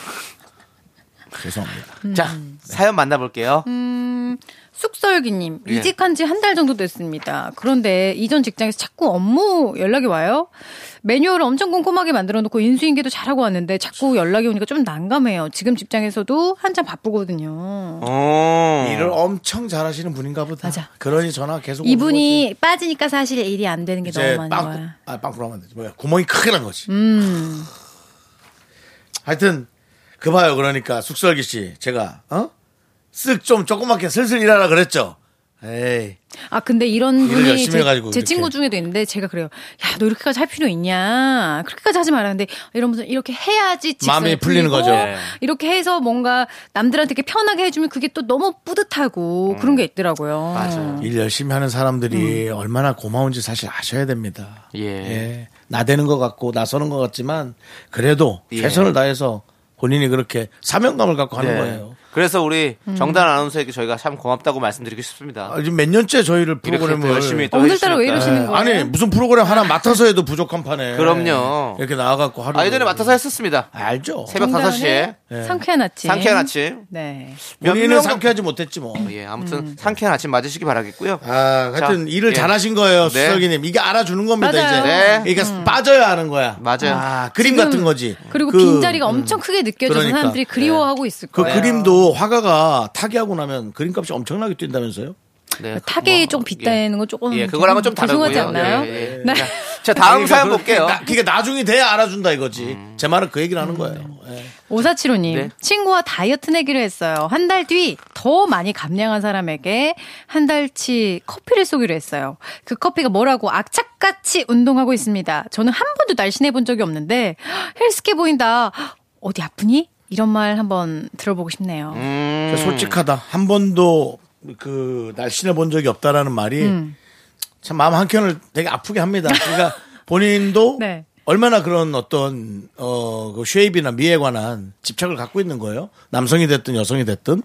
Speaker 3: 죄송합니다.
Speaker 4: 자, 사연 만나볼게요.
Speaker 8: 음, 쑥설기님
Speaker 4: 예.
Speaker 8: 이직한 지 한 달 정도 됐습니다. 그런데 이전 직장에서 자꾸 업무 연락이 와요. 매뉴얼을 엄청 꼼꼼하게 만들어 놓고 인수인계도 잘하고 왔는데 자꾸 연락이 오니까 좀 난감해요. 지금 직장에서도 한참 바쁘거든요.
Speaker 3: 일을 엄청 잘하시는 분인가 보다.
Speaker 8: 맞아.
Speaker 3: 그러니 전화 계속 오는
Speaker 8: 이분이 빠지니까 사실 일이 안 되는 게
Speaker 3: 거지.
Speaker 8: 너무
Speaker 3: 이제
Speaker 8: 많은
Speaker 3: 빵꾸
Speaker 8: 거야.
Speaker 3: 아 빵꾸로 하면 안 되지. 뭐야 구멍이 크게 난 거지.
Speaker 8: 음,
Speaker 3: 하여튼 그 봐요 그러니까 숙설기 씨 제가 어? 어쓱 좀 조그맣게 슬슬 일하라 그랬죠. 에이
Speaker 8: 아 근데 이런
Speaker 3: 일을
Speaker 8: 분이
Speaker 3: 열심히
Speaker 8: 제,
Speaker 3: 해가지고
Speaker 8: 제
Speaker 3: 이렇게.
Speaker 8: 친구 중에도 있는데 제가 그래요. 야 너 이렇게까지 할 필요 있냐? 그렇게까지 하지 말라는데 이런 분들 이렇게 해야지 직성이
Speaker 3: 마음이 풀리는
Speaker 8: 풀리고
Speaker 3: 거죠. 예.
Speaker 8: 이렇게 해서 뭔가 남들한테 이렇게 편하게 해주면 그게 또 너무
Speaker 3: 음.
Speaker 8: 뿌듯하고 그런 게 있더라고요.
Speaker 4: 맞아요.
Speaker 3: 일 열심히 하는
Speaker 8: 음.
Speaker 3: 사람들이 얼마나 고마운지 사실 아셔야 됩니다.
Speaker 4: 예.
Speaker 3: 나대는 것 같고 나서는 것 같지만 그래도
Speaker 4: 예.
Speaker 3: 최선을 다해서 본인이 그렇게 사명감을 갖고 하는
Speaker 4: 네.
Speaker 3: 거예요.
Speaker 4: 그래서 우리
Speaker 8: 음.
Speaker 4: 정단 아나운서에게 저희가 참 고맙다고 말씀드리고 싶습니다.
Speaker 3: 아, 지금 몇 년째 저희를
Speaker 4: 이렇게 또
Speaker 3: 프로그램을
Speaker 4: 열심히 또
Speaker 8: 오늘따라 왜
Speaker 4: 해주시니까.
Speaker 8: 이러시는 거예요?
Speaker 3: 네. 아니 무슨 프로그램 하나 맡아서 해도 부족한 판에
Speaker 4: 그럼요.
Speaker 3: 이렇게 나와갖고 하루
Speaker 4: 아, 예전에 맡아서 했었습니다.
Speaker 3: 알죠.
Speaker 4: 새벽
Speaker 8: 정다은의
Speaker 4: 5시에
Speaker 3: 예.
Speaker 8: 상쾌한 아침.
Speaker 4: 상쾌한 아침.
Speaker 8: 네.
Speaker 4: 몇
Speaker 3: 본인은
Speaker 4: 명-
Speaker 3: 상쾌하지 못했지 뭐.
Speaker 4: 예, 아무튼
Speaker 8: 음.
Speaker 4: 상쾌한 아침 맞으시기 바라겠고요.
Speaker 3: 아, 하여튼
Speaker 4: 자,
Speaker 3: 일을
Speaker 4: 예.
Speaker 3: 잘하신 거예요,
Speaker 4: 네.
Speaker 3: 수석이님. 이게 알아주는 겁니다,
Speaker 8: 맞아요. 음.
Speaker 3: 이제.
Speaker 4: 네.
Speaker 3: 그러니까 빠져야 하는 거야.
Speaker 4: 맞아요.
Speaker 3: 아, 그림
Speaker 8: 지금
Speaker 3: 같은 거지.
Speaker 8: 그리고
Speaker 3: 그-
Speaker 8: 빈자리가 엄청 크게 느껴져서
Speaker 3: 그러니까.
Speaker 8: 사람들이 그리워하고 있을
Speaker 3: 그
Speaker 8: 거예요.
Speaker 3: 그림도 화가가 타기하고 나면 그림값이 엄청나게 뛴다면서요?
Speaker 4: 네,
Speaker 8: 그 타겟이
Speaker 4: 뭐,
Speaker 8: 좀 빗대는 건 조금
Speaker 4: 예, 그거랑은 좀 다르고요.
Speaker 8: 죄송하지 않나요?
Speaker 4: 예, 예, 예.
Speaker 8: 네.
Speaker 4: 자, 자, 다음 사연 볼게요.
Speaker 3: 아, 그러니까
Speaker 4: 음.
Speaker 3: 나, 그게 나중에 돼야 알아준다 이거지. 제 말은 그 얘기를 하는
Speaker 8: 음.
Speaker 3: 거예요. 예.
Speaker 8: 오사치로님
Speaker 4: 네.
Speaker 8: 친구와 다이어트 내기로 했어요. 한 달 뒤 더 많이 감량한 사람에게 한 달치 커피를 쏘기로 했어요. 그 커피가 뭐라고 악착같이 운동하고 있습니다. 저는 한 번도 날씬해 본 적이 없는데 헬스케 보인다. 어디 아프니? 이런 말 한번 들어보고 싶네요.
Speaker 4: 음,
Speaker 3: 그러니까 솔직하다. 한 번도 그 날씬해 본 적이 없다라는 말이 참 마음 한켠을 되게 아프게 합니다. 그러니까 본인도
Speaker 8: 네.
Speaker 3: 얼마나 그런 어떤 어그 쉐입이나 미에 관한 집착을 갖고 있는 거예요. 남성이 됐든 여성이 됐든.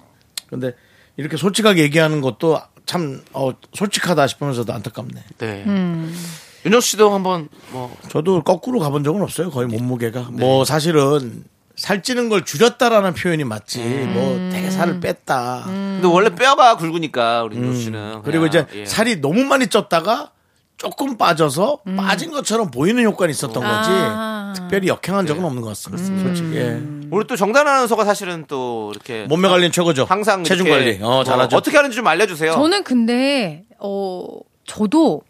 Speaker 3: 근데 이렇게 솔직하게 얘기하는 것도 참 어, 솔직하다 싶으면서도 안타깝네.
Speaker 4: 네.
Speaker 8: 음.
Speaker 4: 윤정 씨도 한번 뭐
Speaker 3: 저도 거꾸로 가본 적은 없어요. 거의 몸무게가. 뭐 사실은 살찌는 걸 줄였다라는 표현이 맞지. 뭐 되게 살을 뺐다.
Speaker 8: 음.
Speaker 4: 근데 원래 뼈가 굵으니까 우리 윤정 씨는
Speaker 3: 음. 그리고
Speaker 4: 그냥,
Speaker 3: 이제
Speaker 4: 예.
Speaker 3: 살이 너무 많이 쪘다가 조금 빠져서 빠진 것처럼 보이는 효과는 있었던 거지
Speaker 8: 음. 아. 음.
Speaker 3: 특별히 역행한
Speaker 4: 네.
Speaker 3: 적은 없는 것 같습니다. 솔직히 예.
Speaker 4: 우리 또 정단 아나운서가 사실은 또 이렇게
Speaker 3: 몸매 관리는 최고죠.
Speaker 4: 항상
Speaker 3: 뭐, 체중 관리
Speaker 4: 이렇게
Speaker 3: 어, 잘하죠.
Speaker 4: 뭐 어떻게 하는지 좀 알려주세요.
Speaker 8: 저는 근데 어 저도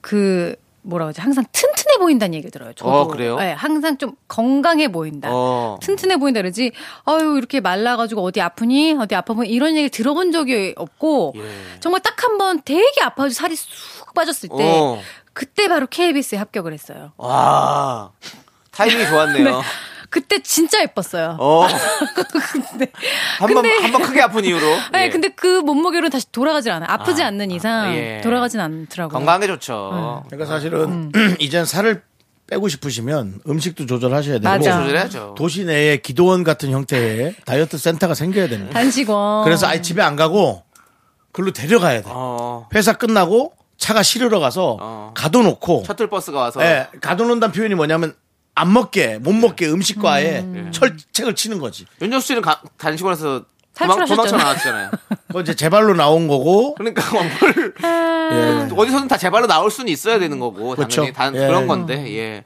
Speaker 8: 그 뭐라 그러지 항상 튼튼해 보인다는 얘기 들어요. 저도
Speaker 4: 어, 그래요?
Speaker 8: 예, 항상 좀 건강해 보인다.
Speaker 4: 어.
Speaker 8: 튼튼해 보인다 그러지. 아유 이렇게 말라가지고 어디 아프니 어디 아파 보니 이런 얘기 들어본 적이 없고
Speaker 4: 예.
Speaker 8: 정말 딱 한 번 되게 아파가지고 살이 쑥 빠졌을 때
Speaker 4: 어.
Speaker 8: 그때 바로 KBS에 합격을 했어요.
Speaker 4: 와 타이밍이 좋았네요.
Speaker 8: 그때 진짜 예뻤어요.
Speaker 4: 어
Speaker 8: 근데
Speaker 4: 한번
Speaker 8: 근데-
Speaker 4: 한 번 크게 아픈 이유로.
Speaker 8: 아니
Speaker 4: 예.
Speaker 8: 근데 그 몸무게로 다시 돌아가질 않아. 요 아프지
Speaker 4: 아,
Speaker 8: 않는 이상
Speaker 4: 아, 예.
Speaker 8: 돌아가진 않더라고요.
Speaker 4: 건강에 좋죠.
Speaker 3: 그러니까 사실은
Speaker 8: 음.
Speaker 3: 이젠 살을 빼고 싶으시면 음식도 조절하셔야 되고
Speaker 8: 맞아.
Speaker 4: 조절해야죠.
Speaker 3: 도시 내에 기도원 같은 형태의 다이어트 센터가 생겨야 됩니다.
Speaker 8: 단식원.
Speaker 3: 그래서 아예 집에 안 가고 글로 데려가야 돼. 요
Speaker 4: 어
Speaker 3: 회사 끝나고 차가 실으러 가서
Speaker 4: 어.
Speaker 3: 가둬놓고
Speaker 4: 셔틀 버스가 와서
Speaker 3: 예, 가둬놓는다는 표현이 뭐냐면 안 먹게
Speaker 4: 네.
Speaker 3: 못 먹게 음식과에 철책을 치는 거지.
Speaker 4: 윤정 씨는 가- 단식원에서 도망,
Speaker 8: 탈출하셨잖아요.
Speaker 4: 도망쳐 나왔잖아요.
Speaker 3: 그거 이제 제 발로 나온 거고
Speaker 4: 그러니까 뭘
Speaker 3: 예.
Speaker 4: 어디서든 다 제발로 나올 수는 있어야 되는 거고
Speaker 3: 그렇죠.
Speaker 4: 당연히 단
Speaker 3: 예.
Speaker 4: 그런 건데 예.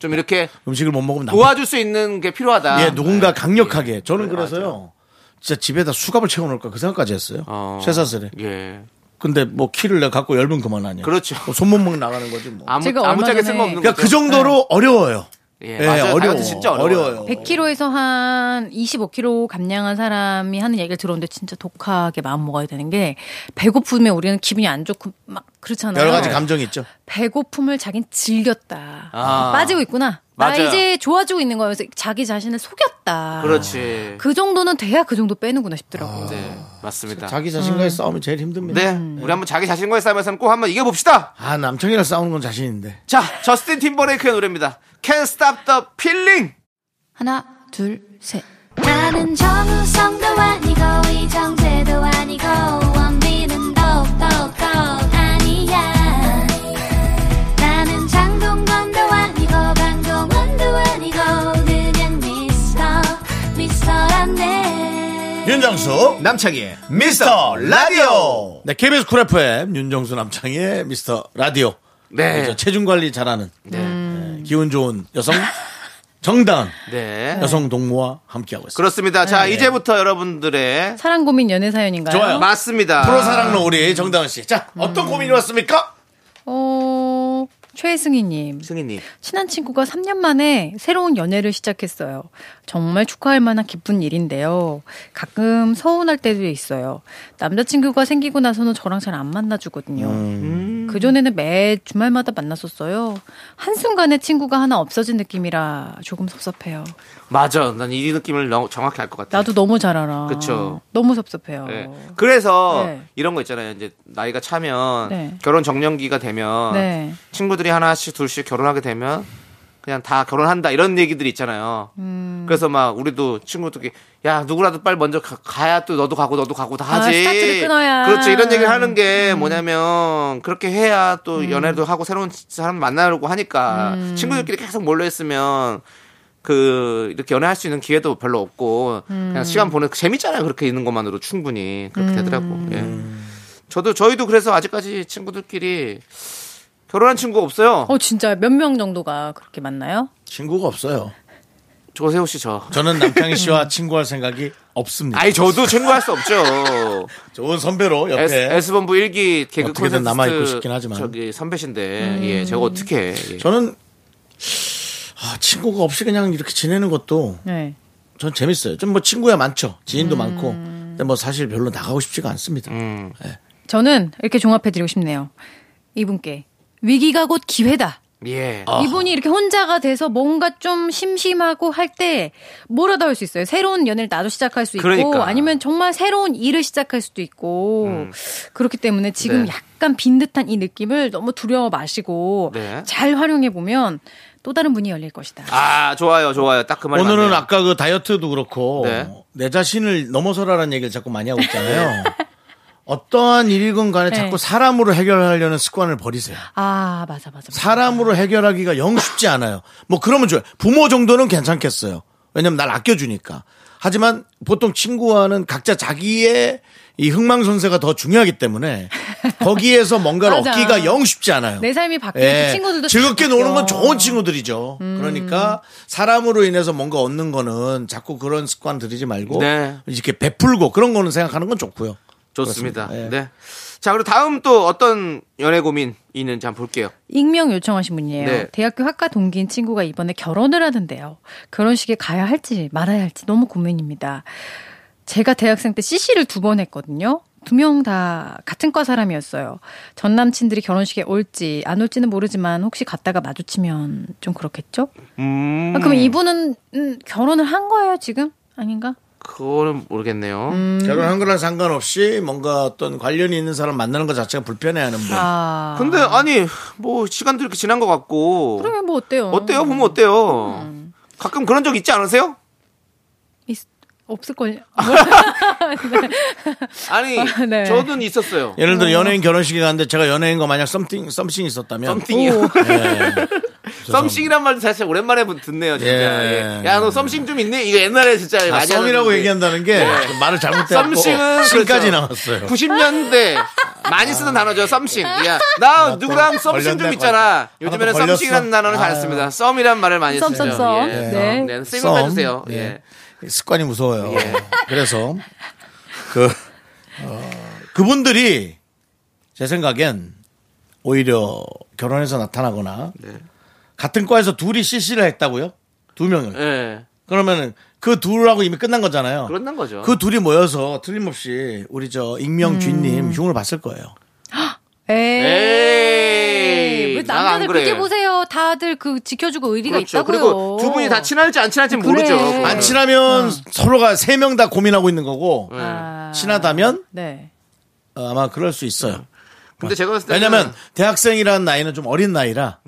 Speaker 4: 좀 이렇게
Speaker 3: 음식을 못 먹으면 남.
Speaker 4: 도와줄 수 있는 게 필요하다.
Speaker 3: 예, 누군가 강력하게.
Speaker 4: 예.
Speaker 3: 저는
Speaker 4: 네,
Speaker 3: 그래서요. 진짜 집에다 수갑을 채워놓을까 그 생각까지 했어요.
Speaker 4: 어.
Speaker 3: 쇠사슬에.
Speaker 4: 예.
Speaker 3: 근데 뭐 키를 내가 갖고 열면 그만 아니야.
Speaker 4: 그렇죠.
Speaker 3: 뭐 손목목 나가는 거지 뭐.
Speaker 4: 아무
Speaker 8: 제가 얼마
Speaker 4: 아무짝에
Speaker 8: 전에-
Speaker 4: 쓸모없는
Speaker 3: 그러니까
Speaker 4: 거죠.
Speaker 3: 그 정도로 어려워요.
Speaker 4: 예, 맞아요. 다이어트 진짜 어려워요.
Speaker 8: 100kg에서 한 25kg 감량한 사람이 하는 얘기를 들었는데 진짜 독하게 마음 먹어야 되는 게 배고프면 우리는 기분이 안 좋고 막 그렇잖아요.
Speaker 3: 여러 가지 감정이 있죠.
Speaker 8: 배고픔을 자긴 즐겼다.
Speaker 4: 아.
Speaker 8: 빠지고 있구나. 나
Speaker 4: 맞아요.
Speaker 8: 이제 좋아지고 있는 거면서 자기 자신을 속였다.
Speaker 4: 그렇지.
Speaker 8: 그 정도는 돼야 그 정도 빼는구나 싶더라고요.
Speaker 3: 아.
Speaker 4: 네, 맞습니다.
Speaker 3: 자기 자신과의 싸움이 제일 힘듭니다.
Speaker 4: 음. 네,
Speaker 8: 음.
Speaker 4: 우리 한번 자기 자신과의 싸움에서 꼭 한번 이겨봅시다.
Speaker 3: 아, 남청이랑 싸우는 건 자신인데.
Speaker 4: 자, 저스틴 팀버레이크의 노래입니다. Can't Stop the Feeling.
Speaker 8: 하나, 둘, 셋.
Speaker 5: 나는 정우성도 아니고 이정재도 아니고 원빈은 더욱더 아니야 나는 장동건도 아니고 방종원도 아니고 그냥 미스터 미스터란데
Speaker 3: 윤정수
Speaker 4: 남창희의
Speaker 3: 미스터 라디오. 네, KBS 쿨 FM 윤정수 남창희의 미스터 라디오.
Speaker 4: 네.
Speaker 3: 그렇죠. 체중 관리 잘하는
Speaker 8: 음.
Speaker 3: 네, 기운 좋은 여성 정당
Speaker 4: 네.
Speaker 3: 여성 동무와 함께하고 있습니다.
Speaker 4: 그렇습니다. 자,
Speaker 3: 네.
Speaker 4: 이제부터 여러분들의
Speaker 8: 사랑 고민 연애 사연인가요?
Speaker 3: 좋아요.
Speaker 4: 맞습니다.
Speaker 3: 어? 프로 사랑로 우리 정다은 씨. 자, 어떤 고민이 왔습니까?
Speaker 8: 어, 최승희님.
Speaker 4: 승희님.
Speaker 8: 친한 친구가 3년 만에 새로운 연애를 시작했어요. 정말 축하할 만한 기쁜 일인데요. 가끔 서운할 때도 있어요. 남자친구가 생기고 나서는 저랑 잘 안 만나주거든요.
Speaker 4: 음.
Speaker 8: 그전에는 매 주말마다 만났었어요. 한순간에 친구가 하나 없어진 느낌이라 조금 섭섭해요.
Speaker 4: 맞아. 난 이 느낌을 너무 정확히 알 것 같아.
Speaker 8: 나도 너무 잘 알아.
Speaker 4: 그쵸.
Speaker 8: 너무 섭섭해요.
Speaker 4: 예. 그래서
Speaker 8: 네.
Speaker 4: 이런 거 있잖아요. 이제 나이가 차면
Speaker 8: 네.
Speaker 4: 결혼 정년기가 되면
Speaker 8: 네.
Speaker 4: 친구들이 하나씩 둘씩 결혼하게 되면 그냥 다 결혼한다 이런 얘기들이 있잖아요.
Speaker 8: 음.
Speaker 4: 그래서 막 우리도 친구들끼리 야 누구라도 빨리 먼저 가, 야또 너도 가고 너도 가고 다 하지.
Speaker 8: 아, 스타트를 끊어야. 음.
Speaker 4: 그렇죠. 이런 얘기를 하는 게 뭐냐면 그렇게 해야 또 연애도 하고 새로운 사람 만나려고 하니까
Speaker 8: 음.
Speaker 4: 친구들끼리 계속 몰려 있으면 그 이렇게 연애할 수 있는 기회도 별로 없고
Speaker 8: 음.
Speaker 4: 그냥 시간 보내 재밌잖아요 그렇게 있는 것만으로 충분히 그렇게 되더라고. 예. 저도 저희도 그래서 아직까지 친구들끼리 결혼한 친구 가 없어요.
Speaker 8: 어 진짜 몇 명 정도가 그렇게 만나요?
Speaker 3: 친구가 없어요.
Speaker 4: 조세호 씨 저.
Speaker 3: 저는 남창희 씨와 친구할 생각이 없습니다.
Speaker 4: 아니 저도 친구할 수 없죠.
Speaker 3: 좋은 선배로 옆에
Speaker 4: S, S본부 1기 개그
Speaker 3: 어떻게든
Speaker 4: 콘서트
Speaker 3: 남아있고 싶긴 하지만.
Speaker 4: 저기
Speaker 8: 음.
Speaker 4: 선배신데 예 제가 어떻게 해. 예.
Speaker 3: 저는 아, 친구가 없이 그냥 이렇게 지내는 것도
Speaker 8: 네.
Speaker 3: 전 재밌어요. 좀 뭐 친구야 많죠. 지인도
Speaker 8: 음.
Speaker 3: 많고. 근데 뭐 사실 별로 나가고 싶지가 않습니다.
Speaker 4: 음.
Speaker 8: 저는 이렇게 종합해드리고 싶네요. 이분께 위기가 곧 기회다.
Speaker 4: 예.
Speaker 3: 아.
Speaker 8: 이분이 이렇게 혼자가 돼서 뭔가 좀 심심하고 할 때 뭐라도 할 수 있어요. 새로운 연애를 나도 시작할 수 있고
Speaker 4: 그러니까.
Speaker 8: 아니면 정말 새로운 일을 시작할 수도 있고
Speaker 3: 음.
Speaker 8: 그렇기 때문에 지금
Speaker 4: 네.
Speaker 8: 약간 빈 듯한 이 느낌을 너무 두려워 마시고
Speaker 4: 네.
Speaker 8: 잘 활용해 보면 또 다른 문이 열릴 것이다.
Speaker 4: 아 좋아요 좋아요 딱 그 말이
Speaker 3: 오늘은
Speaker 4: 맞네요.
Speaker 3: 아까 그 다이어트도 그렇고
Speaker 4: 네.
Speaker 3: 내 자신을 넘어서라는 얘기를 자꾸 많이 하고 있잖아요. 어떠한 일이건 간에
Speaker 8: 네.
Speaker 3: 자꾸 사람으로 해결하려는 습관을 버리세요.
Speaker 8: 아 맞아 맞아. 맞아.
Speaker 3: 사람으로 해결하기가 영 쉽지 않아요. 뭐 그러면 좋아요. 부모 정도는 괜찮겠어요. 왜냐면 날 아껴주니까. 하지만 보통 친구와는 각자 자기의 이 흥망선세가 더 중요하기 때문에 거기에서 뭔가를
Speaker 8: 맞아.
Speaker 3: 얻기가 영 쉽지 않아요.
Speaker 8: 내 삶이 바뀌고
Speaker 3: 예.
Speaker 8: 친구들도 음.
Speaker 3: 즐겁게
Speaker 8: 다 바뀌어.
Speaker 3: 노는 건 좋은 친구들이죠. 그러니까 사람으로 인해서 뭔가 얻는 거는 자꾸 그런 습관 들이지 말고
Speaker 4: 네.
Speaker 3: 이렇게 베풀고 그런 거는 생각하는 건 좋고요.
Speaker 4: 좋습니다.
Speaker 3: 그렇습니다. 예.
Speaker 4: 네. 자 그리고 다음 또 어떤 연애 고민 있는지 한번 볼게요.
Speaker 8: 익명 요청하신 분이에요.
Speaker 4: 네.
Speaker 8: 대학교 학과 동기인 친구가 이번에 결혼을 하는데요. 결혼식에 가야 할지 말아야 할지 너무 고민입니다. 제가 대학생 때 CC를 두 번 했거든요. 두 명 다 같은 과 사람이었어요. 전 남친들이 결혼식에 올지 안 올지는 모르지만 혹시 갔다가 마주치면 좀 그렇겠죠?
Speaker 4: 음.
Speaker 8: 아, 그럼 이분은 음, 결혼을 한 거예요 지금? 아닌가?
Speaker 4: 그거는 모르겠네요.
Speaker 8: 음.
Speaker 3: 결혼한 거랑 상관없이 뭔가 어떤 관련이 있는 사람 만나는 것 자체가 불편해하는 분.
Speaker 8: 아.
Speaker 4: 네. 근데 아니 뭐 시간도 이렇게 지난 것 같고
Speaker 8: 그러면 뭐 어때요? 음.
Speaker 4: 어때요 보면 어때요? 가끔 그런 적 있지 않으세요?
Speaker 8: 있- 없을 걸요.
Speaker 4: 아니
Speaker 8: 아, 네.
Speaker 4: 저는 있었어요.
Speaker 3: 예를
Speaker 8: 음.
Speaker 3: 들어 연예인 결혼식에 갔는데 제가 연예인과 만약 썸띵 썸씽 있었다면
Speaker 4: 썸띵이요.
Speaker 3: 예.
Speaker 4: 썸씽이란 말도 사실 오랜만에 듣네요. 진짜.
Speaker 3: 예.
Speaker 4: 예. 야, 너 썸씽 좀 있니? 이거 옛날에 진짜
Speaker 3: 아,
Speaker 4: 많이
Speaker 3: 썸이라고
Speaker 4: 하는데.
Speaker 3: 얘기한다는 게 말을 잘못해갖고
Speaker 4: 썸씽은
Speaker 3: 싱까지
Speaker 4: 네. 그렇죠.
Speaker 3: 나왔어요. 아.
Speaker 4: 90년대 많이 쓰는 단어죠. 썸씽. 야, 나 누구랑 썸씽 좀
Speaker 3: 걸렸네,
Speaker 4: 있잖아.
Speaker 3: 걸렸-
Speaker 4: 요즘에는
Speaker 3: 하나 더
Speaker 4: 썸씽이라는
Speaker 3: 걸렸어.
Speaker 4: 단어를 잘
Speaker 3: 아유.
Speaker 4: 안 씁니다. 썸이란 말을 많이 쓰죠.
Speaker 8: 썸, 썸, 썸.
Speaker 4: 예.
Speaker 8: 네.
Speaker 4: 네. 쌤을 해주세요.
Speaker 3: 썸.
Speaker 4: 예.
Speaker 3: 예. 습관이 무서워요. 그래서 그 어, 그분들이 제 생각엔 오히려 결혼해서 나타나거나 같은 과에서 둘이 CC를 했다고요? 두 명을.
Speaker 4: 예.
Speaker 3: 그러면 그 둘하고 이미 끝난 거잖아요.
Speaker 4: 그런 난 거죠.
Speaker 3: 네. 그 둘이 모여서 틀림없이 우리 저 익명 주인님 흉을 봤을 거예요.
Speaker 8: 에이.
Speaker 4: 에이,
Speaker 8: 왜
Speaker 4: 난안
Speaker 8: 남자들 그렇게
Speaker 4: 그래.
Speaker 8: 보세요. 다들 그 지켜주고 의리가
Speaker 4: 그렇죠.
Speaker 8: 있다고요.
Speaker 4: 그리고 두 분이 다 친할지 안 친할지는
Speaker 8: 그래.
Speaker 4: 모르죠. 그거는.
Speaker 3: 안 친하면 서로가 세 명 다 고민하고 있는 거고
Speaker 4: 예.
Speaker 8: 아,
Speaker 3: 친하다면
Speaker 8: 네.
Speaker 3: 어, 아마 그럴 수 있어요. 음.
Speaker 4: 근데 제가 봤을 때는
Speaker 3: 왜냐면 대학생이라는 나이는 좀 어린 나이라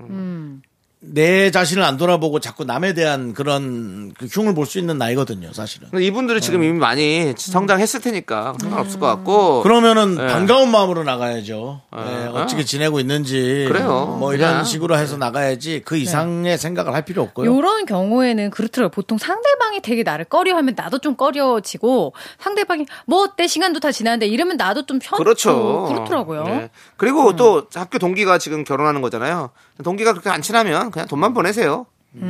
Speaker 3: 내 자신을 안 돌아보고 자꾸 남에 대한 그런 그 흉을 볼 수 있는 나이거든요, 사실은.
Speaker 4: 근데 이분들은 지금 이미 많이 성장했을 테니까
Speaker 8: 아.
Speaker 4: 상관없을 것 같고.
Speaker 3: 예. 그러면은
Speaker 4: 예.
Speaker 3: 반가운 마음으로 나가야죠. 예, 어떻게 지내고 있는지
Speaker 4: 아. 그래요.
Speaker 3: 뭐 이런
Speaker 4: 그냥. 네.
Speaker 3: 식으로 해서 나가야지 그 이상의 생각을 할 필요 없고요.
Speaker 8: 요런 경우에는 그렇더라고요. 보통 상대방이 되게 나를 꺼려하면 나도 좀 꺼려지고 상대방이 뭐 어때 시간도 다 지났는데 이러면 나도 좀 편하고
Speaker 4: 그렇죠.
Speaker 8: 아, 어, 그렇더라고요.
Speaker 4: 네. 그리고 또 학교 동기가 지금 결혼하는 거잖아요. 동기가 그렇게 안 친하면 그냥 돈만 보내세요.
Speaker 3: 그리고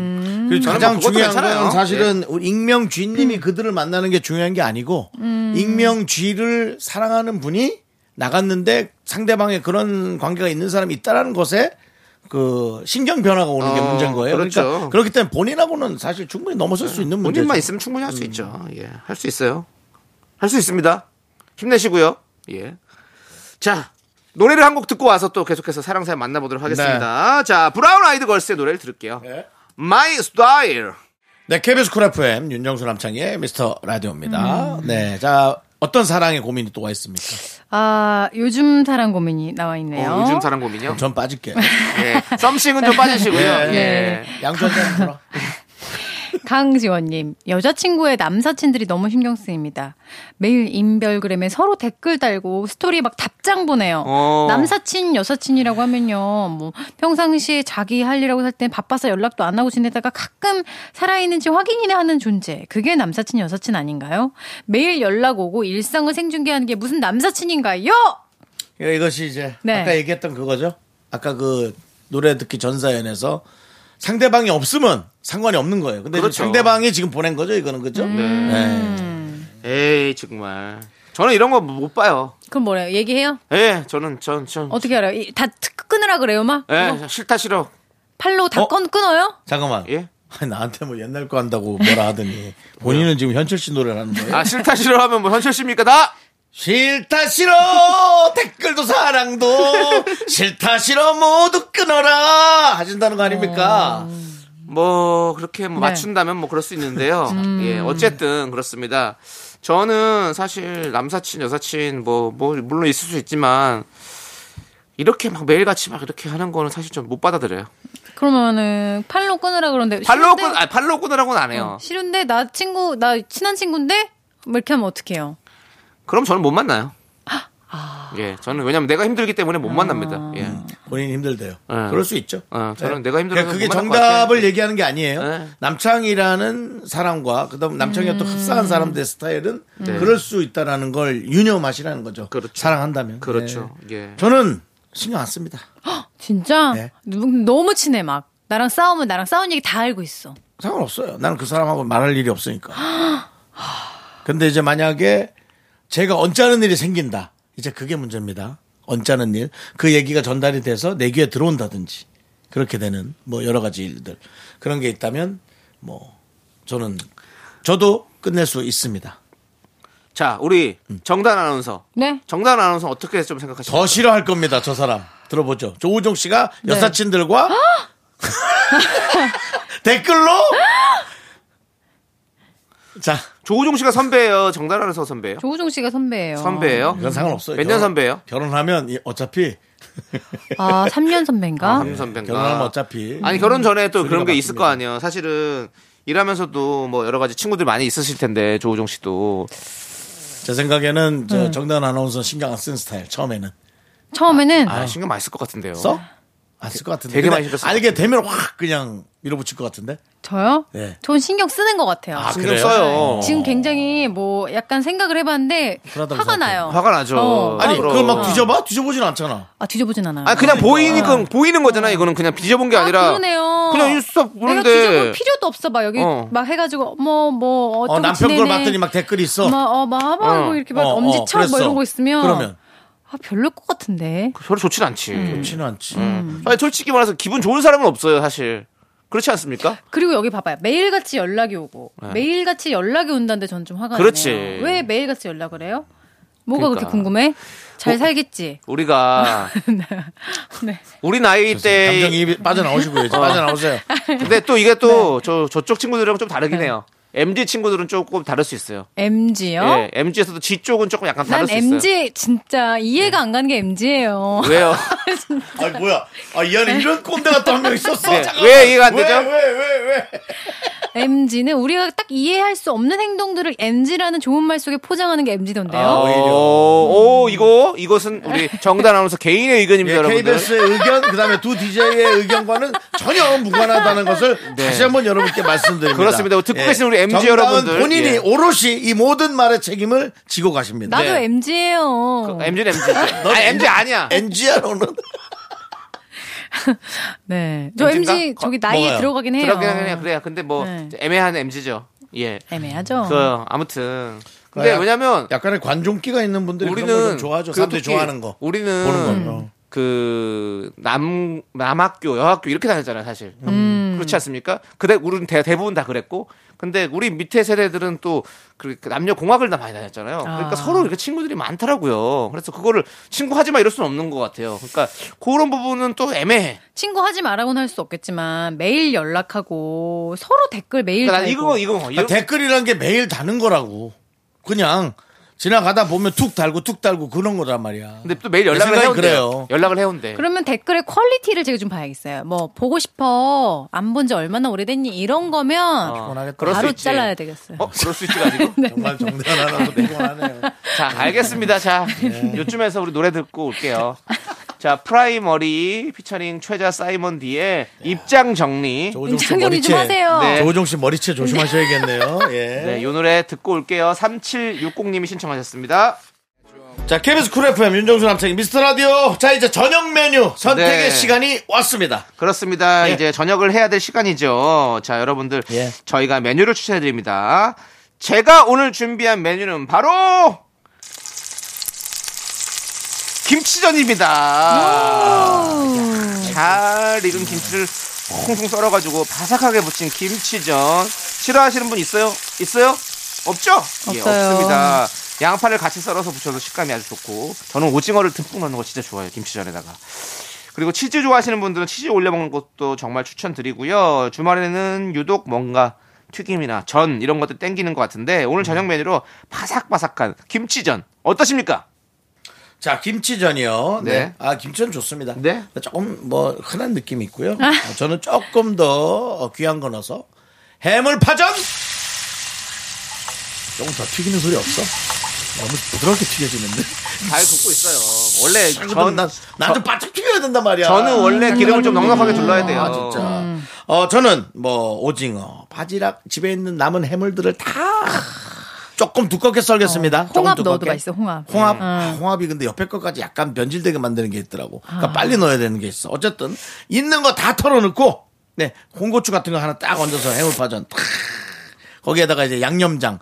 Speaker 4: 저는
Speaker 3: 가장
Speaker 4: 뭐 그것도
Speaker 3: 중요한
Speaker 4: 괜찮아요. 예.
Speaker 3: 건 사실은 우리 익명 쥐님이 그들을 만나는 게 중요한 게 아니고 익명 쥐를 사랑하는 분이 나갔는데 상대방의 그런 관계가 있는 사람이 있다라는 것에 그 신경 변화가 오는 게
Speaker 4: 어,
Speaker 3: 문제인 거예요. 그러니
Speaker 4: 그렇죠.
Speaker 3: 까 그렇기 때문에 본인하고는 사실 충분히 넘어설 수 있는 문제죠.
Speaker 4: 본인만 있으면 충분히 할 수 있죠. 예. 할 수 있어요. 할 수 있습니다. 힘내시고요. 예. 자, 노래를 한 곡 듣고 와서 또 계속해서 사랑사연 만나보도록 하겠습니다. 자, 브라운 아이드 걸스의 노래를 들을게요. My Style. 어,
Speaker 3: 네, KBS 쿨 FM 윤정수 남창희의 미스터 라디오입니다. 네, 자 어떤 사랑의 고민이 또 와 있습니까?
Speaker 8: 아 요즘 사랑 고민이 나와 있네요.
Speaker 4: 어, 요즘 사랑 고민이요?
Speaker 3: 전 빠질게요.
Speaker 4: 예. 썸씽은 좀 빠지시고요.
Speaker 3: 네.
Speaker 4: 예.
Speaker 3: 양조장 들어.
Speaker 8: 강지원님, 여자친구의 남사친들이 너무 신경 쓰입니다. 매일 인별그램에 서로 댓글 달고 스토리 막 답장 보내요.
Speaker 4: 어.
Speaker 8: 남사친, 여사친이라고 하면요. 뭐 평상시에 자기 할 일하고 살 땐 바빠서 연락도 안 하고 지내다가 가끔 살아있는지 확인이나 하는 존재. 그게 남사친, 여사친 아닌가요? 매일 연락 오고 일상을 생중계하는 게 무슨 남사친인가요?
Speaker 3: 예, 이것이 이제
Speaker 8: 네.
Speaker 3: 아까 얘기했던 그거죠. 아까 그 노래 듣기 전사연에서 상대방이 없으면 상관이 없는 거예요. 근데
Speaker 4: 그렇죠.
Speaker 3: 상대방이 지금 보낸 거죠, 이거는 그죠? 네.
Speaker 4: 예. 에이, 정말. 저는 이런 거 못 봐요.
Speaker 8: 그럼 뭐래요? 얘기해요?
Speaker 4: 예, 저는, 전, 전.
Speaker 8: 어떻게 알아요? 이- 다 특- 끊으라 그래요, 막? 뭐
Speaker 4: 예, 싫다, 싫어.
Speaker 8: 팔로 다
Speaker 3: 어?
Speaker 8: 건 끊어요?
Speaker 3: 잠깐만.
Speaker 4: 예?
Speaker 3: 아니, 나한테 뭐 옛날 거 한다고 뭐라 하더니 본인은 지금 현철 씨 노래를 하는 거예요.
Speaker 4: 아, 싫다, 싫어 하면 뭐 현철 씨입니까, 다?
Speaker 3: 싫다 싫어 댓글도 사랑도 싫다 싫어 모두 끊어라 하신다는 거 아닙니까?
Speaker 4: 뭐 그렇게 뭐 맞춘다면 뭐 그럴 수 있는데요. 예, 어쨌든 그렇습니다. 저는 사실 남사친, 여사친 뭐 뭐 물론 있을 수 있지만 이렇게 막 매일같이 막 이렇게 하는 거는 사실 좀 못 받아들여요.
Speaker 8: 그러면은 팔로 끊으라 그러는데
Speaker 4: 발로 어.
Speaker 8: 싫은데-
Speaker 4: 끊, 아 발로 끊으라고는 안 해요.
Speaker 8: 싫은데 나 친구 나 친한 친구인데 뭐 이렇게 하면 어떡해요?
Speaker 4: 그럼 저는 못 만나요. 예, 저는 왜냐면 내가 힘들기 때문에 못 만납니다. 예,
Speaker 3: 본인이 힘들대요.
Speaker 4: 네.
Speaker 3: 그럴 수 있죠.
Speaker 4: 어, 저는
Speaker 3: 네.
Speaker 4: 내가 힘들어서
Speaker 3: 그러니까 그게
Speaker 4: 못 만날 것 같아요.
Speaker 3: 정답을 얘기하는 게 아니에요.
Speaker 4: 네.
Speaker 3: 남창이라는 사람과 그다음 남창이 어떤 흡사한 사람들의 스타일은 그럴 수 있다라는 걸 유념하시라는 거죠.
Speaker 4: 음. 네. 그렇죠.
Speaker 3: 사랑한다면.
Speaker 4: 그렇죠.
Speaker 3: 네.
Speaker 4: 예.
Speaker 3: 저는 신경 안 씁니다.
Speaker 8: 진짜
Speaker 3: 네.
Speaker 8: 누- 너무 친해 막 나랑 싸우면 나랑 싸운 얘기 다 알고 있어.
Speaker 3: 상관없어요. 나는 그 사람하고 말할 일이 없으니까. 근데 이제 만약에 제가 언짢은 일이 생긴다. 이제 그게 문제입니다. 언짢은 일. 그 얘기가 전달이 돼서 내 귀에 들어온다든지. 그렇게 되는 뭐 여러 가지 일들. 그런 게 있다면 뭐 저는 저도 끝낼 수 있습니다.
Speaker 4: 자, 우리 정단 아나운서.
Speaker 8: 네.
Speaker 4: 정단 아나운서 어떻게 좀 생각하십니까?
Speaker 3: 음. 더 싫어할 겁니다. 저 사람. 들어보죠. 조우종 씨가 여사친들과 댓글로 자,
Speaker 4: 조우종 씨가 선배예요. 정단 아나운서 선배예요.
Speaker 8: 조우종 씨가 선배예요.
Speaker 4: 선배예요.
Speaker 3: 아, 그건 상관없어요.
Speaker 4: 몇년
Speaker 3: 결혼-
Speaker 4: 선배예요?
Speaker 3: 결혼하면 이- 어차피
Speaker 8: 아, 3년 선배인가?
Speaker 4: 남 음, 선배인가.
Speaker 3: 결혼하면 어차피
Speaker 4: 아니 결혼 전에 또 그런 게 있을
Speaker 3: 맞습니다.
Speaker 4: 거 아니에요. 사실은 일하면서도 뭐 여러 가지 친구들 많이 있으실 텐데 조우종 씨도
Speaker 3: 제 생각에는
Speaker 8: 음.
Speaker 3: 저 정단 아나운서 신경 안 쓴 스타일 처음에는
Speaker 8: 처음에는
Speaker 4: 아, 신경 많이 쓸 것 같은데요.
Speaker 8: 어?
Speaker 3: 써? 안 쓸 것 같은데
Speaker 4: 되게
Speaker 3: 근데
Speaker 4: 많이 신경 쓸
Speaker 3: 알게 되면 확 그냥 밀어붙일 것 같은데
Speaker 8: 저요?
Speaker 3: 네.
Speaker 8: 전 신경 쓰는 것 같아요.
Speaker 3: 아,
Speaker 4: 신경
Speaker 3: 그래요?
Speaker 4: 써요.
Speaker 8: 지금 굉장히 뭐 약간 생각을 해봤는데
Speaker 3: 불하다고
Speaker 8: 화가
Speaker 3: 생각해요.
Speaker 8: 나요.
Speaker 4: 화가 나죠.
Speaker 8: 어.
Speaker 3: 아니
Speaker 4: 그럼.
Speaker 3: 그걸 막 뒤져봐? 뒤져보진 않잖아 어,
Speaker 8: 아 뒤져보진 않아요.
Speaker 4: 아니, 그냥 보이니까 보이는 거잖아. 이거는 그냥 뒤져본 게
Speaker 8: 아,
Speaker 4: 아니라
Speaker 8: 그러네요.
Speaker 4: 그냥 일수업
Speaker 8: 내가
Speaker 4: 보는데
Speaker 8: 뒤져볼 필요도 없어 막 여기
Speaker 4: 어.
Speaker 8: 막 해가지고 뭐 뭐 어쩌고
Speaker 3: 어, 남편 걸
Speaker 8: 지내네.
Speaker 3: 봤더니 막 댓글이 있어
Speaker 8: 막, 어, 막, 막,
Speaker 4: 어.
Speaker 8: 뭐 이렇게 막
Speaker 3: 어,
Speaker 8: 엄지척
Speaker 3: 어,
Speaker 8: 막
Speaker 3: 그랬어.
Speaker 8: 이러고 있으면.
Speaker 3: 그러면?
Speaker 8: 아, 별로일 것 같은데.
Speaker 4: 별로 좋진 않지.
Speaker 8: 음.
Speaker 4: 음.
Speaker 3: 좋지는 않지
Speaker 4: 아니 솔직히 말해서 기분 좋은 사람은 없어요, 사실. 그렇지 않습니까?
Speaker 8: 그리고 여기 봐봐요. 매일같이 연락이 오고. 매일같이 연락이 온다는데 전 좀 화가
Speaker 4: 네. 그렇지.
Speaker 8: 나네요. 왜 매일같이 연락을 해요? 뭐가 그렇게
Speaker 4: 그러니까. 뭐,
Speaker 8: 궁금해? 잘 살겠지.
Speaker 4: 우리가
Speaker 8: 네.
Speaker 4: 우리 나이 때 어.
Speaker 3: 감정이 빠져나오시고요 이제 빠져나오세요
Speaker 8: 네.
Speaker 4: 근데 또 이게 또 저 저쪽 친구들이랑 좀 다르긴 해요. MG 친구들은 조금 다를 수 있어요.
Speaker 8: MG요?
Speaker 4: 예, MG에서도 G 쪽은 조금 약간 다를
Speaker 8: 난
Speaker 4: 수 있어요. 예.
Speaker 8: MG 진짜 이해가 안 가는 게 MG예요.
Speaker 4: 왜요?
Speaker 3: 아니 뭐야? 아 이 안에 이런 꼰대가 또 한 명 있었어.
Speaker 4: 네.
Speaker 3: 잠깐만.
Speaker 4: 왜 이해가 안 되죠?
Speaker 3: 왜, 왜, 왜, 왜?
Speaker 8: MG는 우리가 딱 이해할 수 없는 행동들을 MG라는 좋은 말 속에 포장하는 게 MG던데요.
Speaker 4: 아, 오, 오, 이거 이것은 우리 정단 아나운서 개인의 의견입니다,
Speaker 3: 예,
Speaker 4: 여러분들.
Speaker 3: KBS의 의견, 그다음에 두 DJ의 의견과는 전혀 무관하다는 것을
Speaker 4: 네.
Speaker 3: 다시 한번 여러분께 말씀드립니다. 예.
Speaker 4: 그렇습니다. 듣고 계신 우리 MG
Speaker 3: 정다은
Speaker 4: 여러분들.
Speaker 3: 본인이
Speaker 4: 예.
Speaker 3: 오롯이 이 모든 말의 책임을 지고 가십니다.
Speaker 8: 나도
Speaker 4: 네.
Speaker 8: MG예요.
Speaker 4: MG는 MG. 아, MG 아니야.
Speaker 3: NG야 너는
Speaker 8: 네. 저 MG,
Speaker 4: MG 인가?
Speaker 8: 저기
Speaker 4: 거-
Speaker 8: 나이에
Speaker 4: 먹어요.
Speaker 8: 들어가긴 해요.
Speaker 4: 그렇긴 하긴 그래요. 근데 뭐
Speaker 8: 네. 어.
Speaker 4: 애매한 MG죠. 예.
Speaker 8: 애매하죠.
Speaker 4: 그 아무튼. 근데
Speaker 3: 약-
Speaker 4: 왜냐면
Speaker 3: 약간의 관종기가 있는 분들이 우리는 그런 걸좀
Speaker 4: 우리는
Speaker 3: 좋아하죠.
Speaker 4: 그
Speaker 3: 사람들이
Speaker 4: 특히
Speaker 3: 좋아하는 거.
Speaker 4: 우리는
Speaker 3: 보는 거. 어.
Speaker 4: 그 남, 남학교, 여학교 이렇게 다녔잖아요, 사실.
Speaker 3: 음.
Speaker 4: 그렇지 않습니까? 그대 우리는 대, 대부분 다 그랬고, 근데 우리 밑에 세대들은 또 그, 그 남녀 공학을 다 많이 다녔잖아요. 그러니까
Speaker 8: 아.
Speaker 4: 서로 이렇게 친구들이 많더라고요. 그래서 그거를 친구 하지 마 이럴 수는 없는 것 같아요. 그러니까 그런 부분은 또 애매해.
Speaker 8: 친구 하지 말라고는 할 수 없겠지만 매일 연락하고 서로 댓글 매일
Speaker 4: 그러니까 난 이거
Speaker 8: 달고.
Speaker 4: 이거
Speaker 3: 그러니까
Speaker 4: 이거
Speaker 3: 댓글이란 게 매일 다는 거라고. 그냥 지나가다 보면 툭 달고 툭 달고 그런 거란 말이야.
Speaker 4: 근데 또 매일
Speaker 3: 내
Speaker 4: 연락을
Speaker 3: 생각엔
Speaker 4: 해온대.
Speaker 3: 그래요.
Speaker 4: 연락을 해온대.
Speaker 8: 그러면 댓글의 퀄리티를 제가 좀 봐야겠어요. 뭐 보고 싶어 안 본 지 얼마나 오래됐니 이런 거면
Speaker 3: 피곤하겠다.
Speaker 4: 어. 그럴 수
Speaker 8: 바로
Speaker 4: 있지.
Speaker 8: 잘라야 되겠어요.
Speaker 4: 어, 그럴 수 있지가 아니고.
Speaker 8: 네.
Speaker 3: 정말 정단 하나도 피곤하네요.
Speaker 4: 자, 알겠습니다. 자, 요쯤에서 우리 노래 듣고 올게요. 자, 프라이머리 피처링 최자 사이먼 디의 입장 정리.
Speaker 3: 조우종 씨
Speaker 8: 정리 좀
Speaker 3: 머리채.
Speaker 8: 하세요.
Speaker 4: 네.
Speaker 3: 조우종 씨 머리채 조심하셔야겠네요. 예.
Speaker 4: 네, 요 노래 듣고 올게요. 3760님이 신청하셨습니다.
Speaker 3: 자, KBS 쿨 FM 윤정수 남창희 미스터 라디오. 자, 이제 저녁 메뉴 선택의
Speaker 4: 네.
Speaker 3: 시간이 왔습니다.
Speaker 4: 그렇습니다.
Speaker 3: 예.
Speaker 4: 이제 저녁을 해야 될 시간이죠. 자, 여러분들.
Speaker 3: 예.
Speaker 4: 저희가 메뉴를 추천해 드립니다. 제가 오늘 준비한 메뉴는 바로 김치전입니다. 잘 익은 김치를 콩콩 썰어가지고 바삭하게 부친 김치전. 싫어하시는 분 있어요? 있어요? 없죠? 예,
Speaker 8: 없어요.
Speaker 4: 없습니다. 양파를 같이 썰어서 부쳐서 식감이 아주 좋고 저는 오징어를 듬뿍 넣는 거 진짜 좋아해요. 김치전에다가. 그리고 치즈 좋아하시는 분들은 치즈 올려 먹는 것도 정말 추천드리고요. 주말에는 유독 뭔가 튀김이나 전 이런 것도 땡기는 것 같은데 오늘 저녁 메뉴로 바삭바삭한 김치전 어떠십니까?
Speaker 3: 자, 김치전이요. 네.
Speaker 4: 네.
Speaker 3: 아, 김치전 좋습니다.
Speaker 4: 네.
Speaker 3: 조금 뭐 흔한 느낌이 있고요. 어, 저는 조금 더 어, 귀한 거 넣어서 해물파전! 조금 더 튀기는 소리 없어? 너무 부드럽게 튀겨지는데.
Speaker 4: 잘 굽고 있어요. 원래
Speaker 3: 전,
Speaker 4: 전
Speaker 3: 난, 난좀 바짝 튀겨야 된단 말이야. 음.
Speaker 4: 저는 원래 기름을 좀 넉넉하게 둘러야 돼요.
Speaker 3: 아, 진짜.
Speaker 8: 음.
Speaker 3: 어, 저는 뭐 오징어, 바지락, 집에 있는 남은 해물들을 다 조금 두껍게 썰겠습니다. 조금
Speaker 8: 아, 홍합
Speaker 3: 두껍게.
Speaker 8: 넣어도 맛있어 홍합. 네.
Speaker 3: 홍합, 아, 홍합이 근데 옆에 것까지 약간 변질되게 만드는 게 있더라고.
Speaker 8: 아.
Speaker 3: 그러니까 빨리 넣어야 되는 게 있어. 어쨌든 있는 거 다 털어놓고, 네, 홍고추 같은 거 하나 딱 얹어서 해물파전 탁. 거기에다가 이제 양념장,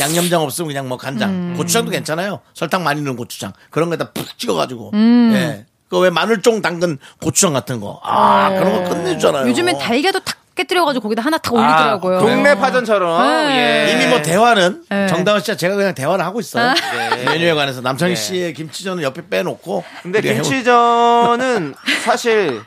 Speaker 3: 양념장 없으면 그냥 뭐 간장,
Speaker 8: 음.
Speaker 3: 고추장도 괜찮아요. 설탕 많이 넣은 고추장 그런 거에다 푹 찍어가지고,
Speaker 8: 음.
Speaker 3: 예. 그 왜 마늘쫑 담근 고추장 같은 거, 아 그런 거 끝내주잖아요.
Speaker 8: 네. 요즘엔 달걀도 탁 깨뜨려가지고 거기다 하나 탁 올리더라고요.
Speaker 4: 동네 아, 파전처럼
Speaker 8: 네.
Speaker 4: 예.
Speaker 3: 이미 뭐 대화는
Speaker 8: 네. 아.
Speaker 3: 정다은 씨와 제가 그냥 대화를 하고 있어요.
Speaker 4: 네.
Speaker 3: 메뉴에 관해서 남창희
Speaker 4: 네.
Speaker 3: 씨의 김치전은 옆에 빼놓고.
Speaker 4: 근데
Speaker 3: 우리 해물-
Speaker 4: 김치전은 사실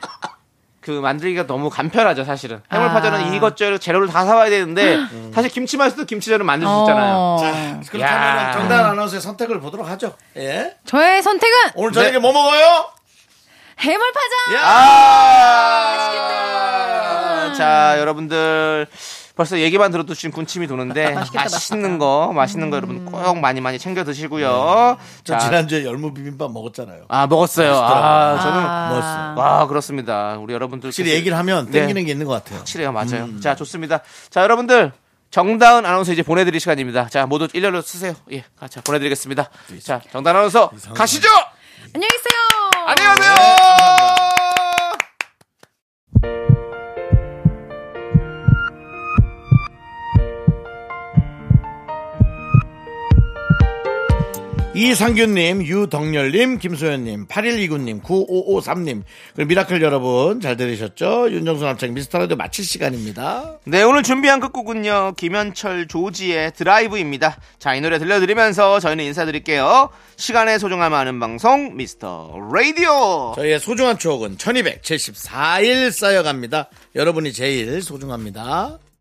Speaker 4: 그 만들기가 너무 간편하죠, 사실은. 해물파전은
Speaker 8: 아. 음.
Speaker 4: 이것저것 재료를 다 사와야 되는데 사실 김치만 있어도 김치전을 만들 수 있잖아요.
Speaker 8: 어.
Speaker 3: 그렇다면
Speaker 4: 야.
Speaker 3: 정다은 아나운서의 선택을 보도록 하죠. 예.
Speaker 8: 저의 선택은
Speaker 3: 오늘 저녁에 뭐 먹어요?
Speaker 8: 해물파전. 아,
Speaker 4: 아! 자, 여러분들. 벌써 얘기만 들어도 지금 군침이 도는데
Speaker 8: 아, 맛있겠다, 음.
Speaker 4: 맛있는 거, 맛있는 거 여러분 꼭 많이 많이 챙겨 드시고요.
Speaker 3: 저
Speaker 4: 자,
Speaker 3: 네. 지난주에 열무 비빔밥 먹었잖아요.
Speaker 4: 아 먹었어요. 아, 저는
Speaker 3: 먹었어요.
Speaker 4: 와 그렇습니다. 우리 여러분들
Speaker 3: 확실히 얘기를 하면
Speaker 4: 네.
Speaker 3: 땡기는 게 있는 것 같아요.
Speaker 4: 확실해요. 맞아요. 자, 좋습니다. 자, 여러분들. 정다은 아나운서 이제 보내드릴 시간입니다. 자, 모두 일렬로 쓰세요. 예, 가- 자, 보내드리겠습니다. 자, 정다은 아나운서 가시죠!
Speaker 8: 안녕히 계세요.
Speaker 4: 안녕히 가세요!
Speaker 3: 이상균님, 유덕열님, 김소연님, 8129님, 9553님, 그리고 미라클 여러분 잘 들으셨죠? 윤정수 남창 미스터라디오 마칠 시간입니다.
Speaker 4: 네, 오늘 준비한 끝곡은요. 김현철 조지의 드라이브입니다. 자, 이 노래 들려드리면서 저희는 인사드릴게요. 시간의 소중함 아는 방송, 미스터 라디오!
Speaker 3: 저희의 소중한 추억은 1274일 쌓여갑니다. 여러분이 제일 소중합니다.